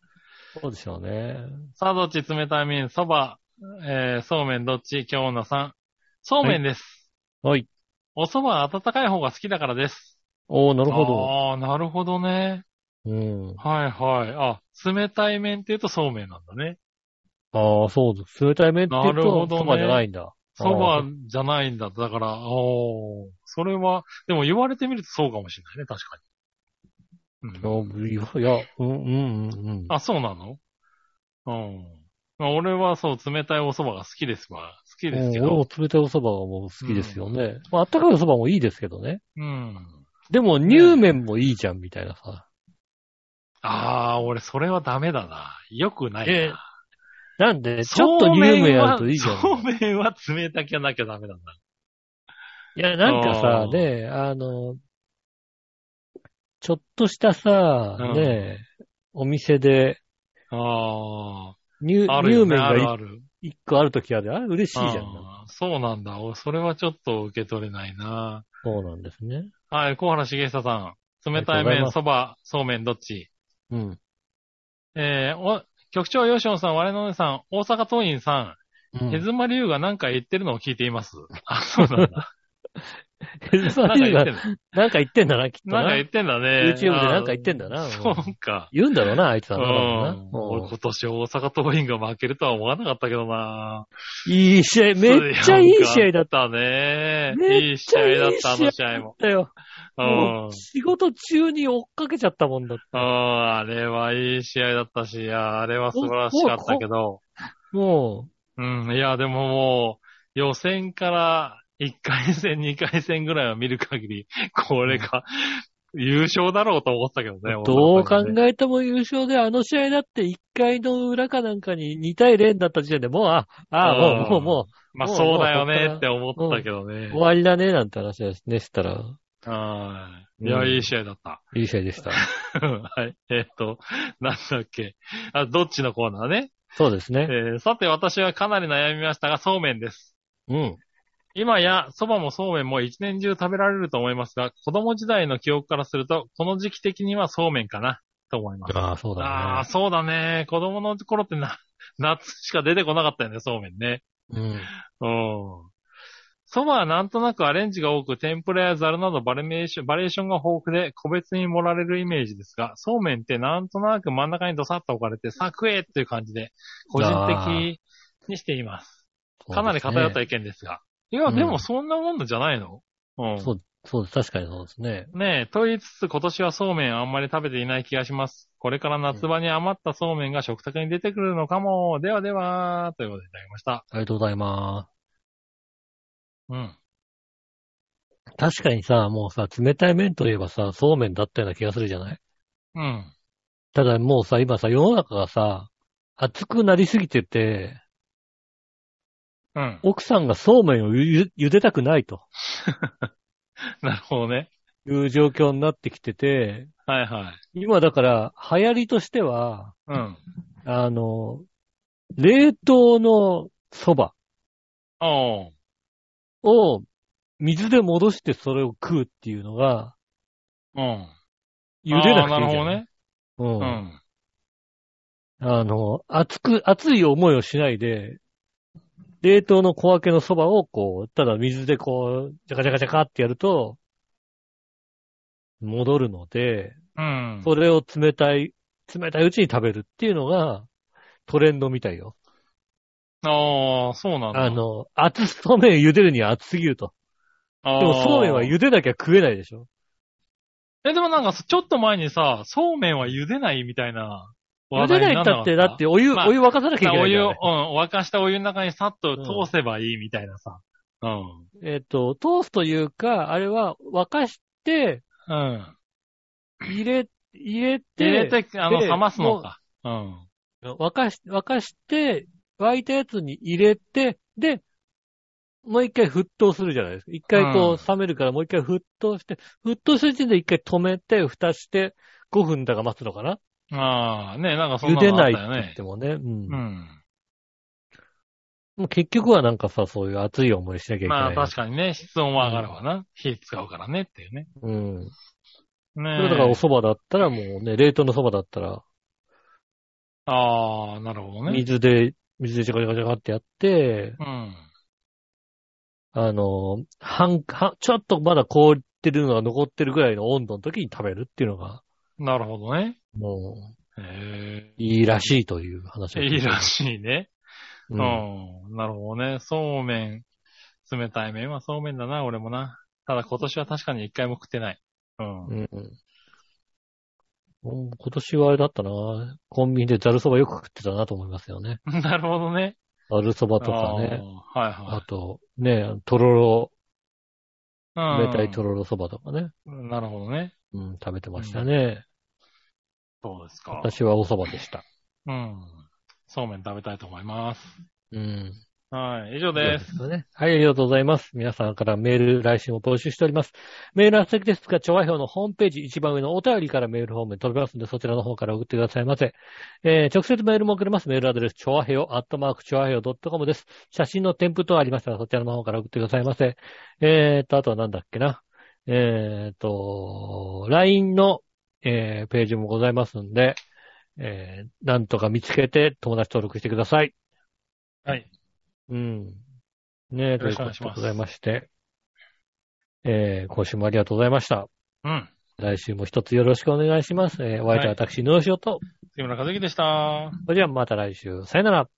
そうでしょうね。
さあ、どっち冷たい麺、そば、えー、そうめんどっち今日のさん。そうめんです。
はい。
お蕎麦は温かい方が好きだからです。
おー、なるほ
ああ、なるほどね。
ど。うん。
はいはい。あ、冷たい麺って言うとそうめんなんだね。
ああ、そうです。冷たい麺って言う
なるほ
と、
どね
そばじゃないんだ。
そばじゃないんだ。だから、おーそれは、でも言われてみるとそうかもしれないね、確かに。うん、
いや、いや、うん、うん、うんうん。
あ、そうなのうん。まあ、俺はそう、冷たいお蕎麦が好きですわ。好きですけ
うん俺
ど。
も冷たいお蕎麦がもう好きですよね。まあ、あったかいお蕎麦もいいですけどね。
うん。
でも、乳麺もいいじゃん、みたいなさ。
ああ、俺それはダメだな。よくない
え
な。
なんで、ちょっと乳麺あるといいじゃん。
そうめんはそうめんは冷たきゃなきゃダメなんだ。
いや、なんか
あ
さ、
ー
ね、あの、ちょっとしたさ、
うん
ね、お店で、
あ
乳、
あ。ある
乳
よ
麺
ね、ある
が
ある。
一一個あるときある。あれ嬉しいじゃん。
あーそうなんだ。俺それはちょっと受け取れないな。
そうなんですね。
はい、小原茂久さん。冷たい
ありがとうござい
麺、
ます
そば、そうめん、どっち
うん。
えー、お、局長よしおんさん、我のお姉さん、大阪桐蔭さ、
うんん
へずまりゅうが何か言ってるのを聞いてい ます。あ、そうなんだ。
ヘズマ
なんか
リュウ
言っ
が
てんだ。
なんか言ってんだな、きっと
なんか
な
言。ってんだね。
YouTube でなんか言ってんだな
あー
うん
そうか。
言うんだろうな、あいつ
う
はな。多
ん。
分な
俺今年大阪桐蔭が負けるとは思わなかったけどな。
うんいい試合、めっちゃいい試合だっ
ったね。い
め
い
っ
試
ちゃいい
合だった、あの試合も。
たよ。
う
も
ん
う。仕事中に追っかけちゃったもんだって。
うん、あれはいい試合だったし、いや、あれは素晴らしかったけど、
も
うん、いや、でももう、予選から1回戦、2回戦ぐらいは見る限り、 これが、優勝だろうと思ったけどね。
う、どう考
俺の中で
えても優勝で、あの試合だって1回の裏かなんかに2対0になった時点でもう、あ、あ、
うん
もう、もう、も
まあ
もう
そうだよ
も
ね
う
って思ったけどね
う、終。わりだね、なんて話ですね、したら、
はい。いや、
うん
いい試合だった。
いい試合でした。
はい。えっと、なんだっけ。あ、どっちのコーナーね。
そうですね。
えーさて私はかなり悩みましたが、そうめんです。
うん。
今や、蕎麦もそうめんも一年中食べられると思いますが、子供時代の記憶からすると、この時期的にはそうめんかな、と思います。
ああ、そう
ああ、
だ
そうだね。子供の頃ってな、 夏しか出てこなかったよね、そうめんね。
ね。うん。
うん。蕎麦はなんとなくアレンジが多く、天ぷらやザルなどバレメーションバリエーションが豊富で、個別に盛られるイメージですが、そうめんってなんとなく真ん中にドサッと置かれて、さあ食えっていう感じで、個人的にしています。かなり偏った意見ですが。いや、
うん
でもそんなもんじゃないのうん。
そうそうです。確かにそうですね。
ねえ、と言いつつ今年はそうめんあんまり食べていない気がします。これから夏場に余ったそうめんが食卓に出てくるのかも。ではでは、ということでいただきました。
ありがとうございま
うん。
す。確かにさ、もうさ、冷たい麺といえばさ、そうめんだったような気がするじゃない
うん。
ただもうさ、今さ、世の中がさ、熱くなりすぎてて、
うん。
奥さんがそうめんをゆゆ茹でたくないと
なるほどね。
いう状況になってきてて、
はいはい。
今だから、流行りとしては、
うん。
あの、冷凍のそば
おう
を水で戻してそれを食うっていうのが、
うん。
茹でなくていいじゃん
あーなるほどね。
うん。
うん。
あの、熱く、熱い思いをしないで、冷凍の小分けのそばをこう、ただ水でこう、ジャカジャカジャカってやると、戻るので、
うん。
それを冷たい、冷たいうちに食べるっていうのが、トレンドみたいよ。
ああ、そうなんだ。
あ、の、熱そうめん茹でるには熱すぎると。
あー
でもそうめんは茹でなきゃ食えないでしょ。
え、でもなんかちょっと前にさ、そうめんは茹でないみたいな
茹
話
で
題に
ないっ
なんな
た
か
っ
った
て、だってお湯、
まあ
お湯沸かさなきゃいけ
お
ない
湯
か
を、
ら
うん
ね、
沸かしたお湯の中にさっと通せばいいみたいなさ。うん。
えっと、通すというか、あれは沸かして、
うん。
入れ、入れて、
入れて、あの、
で
冷ますのか。うん。
沸かし、沸かして、沸いたやつに入れて、で、もう一回沸騰するじゃないですか。一回こう冷めるからもう一回沸騰して、沸騰した時点で一回止めて、蓋して、5分だが待つのかな
ああ、ねなんかそん
茹
な
で
のあ
な
っ
い
た
って
よ
言って。もね。
ね
うん。
うん。
もう結局はなんかさ、そういう熱い思いしなきゃいけ
ま
な
あ
い。
確かにね、室温は上がるわな。火使うからねっていうね。
うん。そ
ね
れだからお蕎麦だったらもうね、冷凍の蕎麦だったら、
ああ、なるほどね。
水で、水でジャカジャカジャカってやって、
うん。
あの、半、半、ちょっとまだ凍ってるのが残ってるぐらいの温度の時に食べるっていうのが、
なるほどね。
も
へ
う、いいらしいという話を
え。い
聞
い
た
らしいね。
う。
うんん。なるほどね。そうめん。冷たい麺はそうめんだな、俺もな。ただ今年は確かに一回も食ってない。うん。
うんうん今年はあれだったな。コンビニでざるそばよく食ってたなと思いますよね。
なるほどね。
ざるそばとかね。
あーはい
あ
は
と、ね、とろろ、
い。うん
冷たいとろろそばとかね。
なるほどね。
うん、食べてましたね。
そうですか。
私はおそばでした。
うん。そうめん食べたいと思います。
うん。
はい。以上です。
そうですね。はい、ありがとうございます。皆さんからメール、来信を募集しております。メールは先ですが、調和表のホームページ一番上のお便りからメールフォームに飛びますので、そちらの方から送ってくださいませ。えー直接メールも送れます。メールアドレス、調和表、アットマーク、調和表 .com です。写真の添付等ありましたら、そちらの方から送ってくださいませ。えーと、あとはなんだっけな。えーと、LINE の、えーページもございますんで、えーなんとか見つけて友達登録してください。
はい。
うん。ねえ、
よ
と
ろ
いう
しくお
こ
願い
とで
します
ございまして。えー、今週もありがとうございました。
うん。
来週も一つよろしくお願いします。えー、お相手は私、野良しおと。
杉村和樹でした。
それではまた来週。さよなら。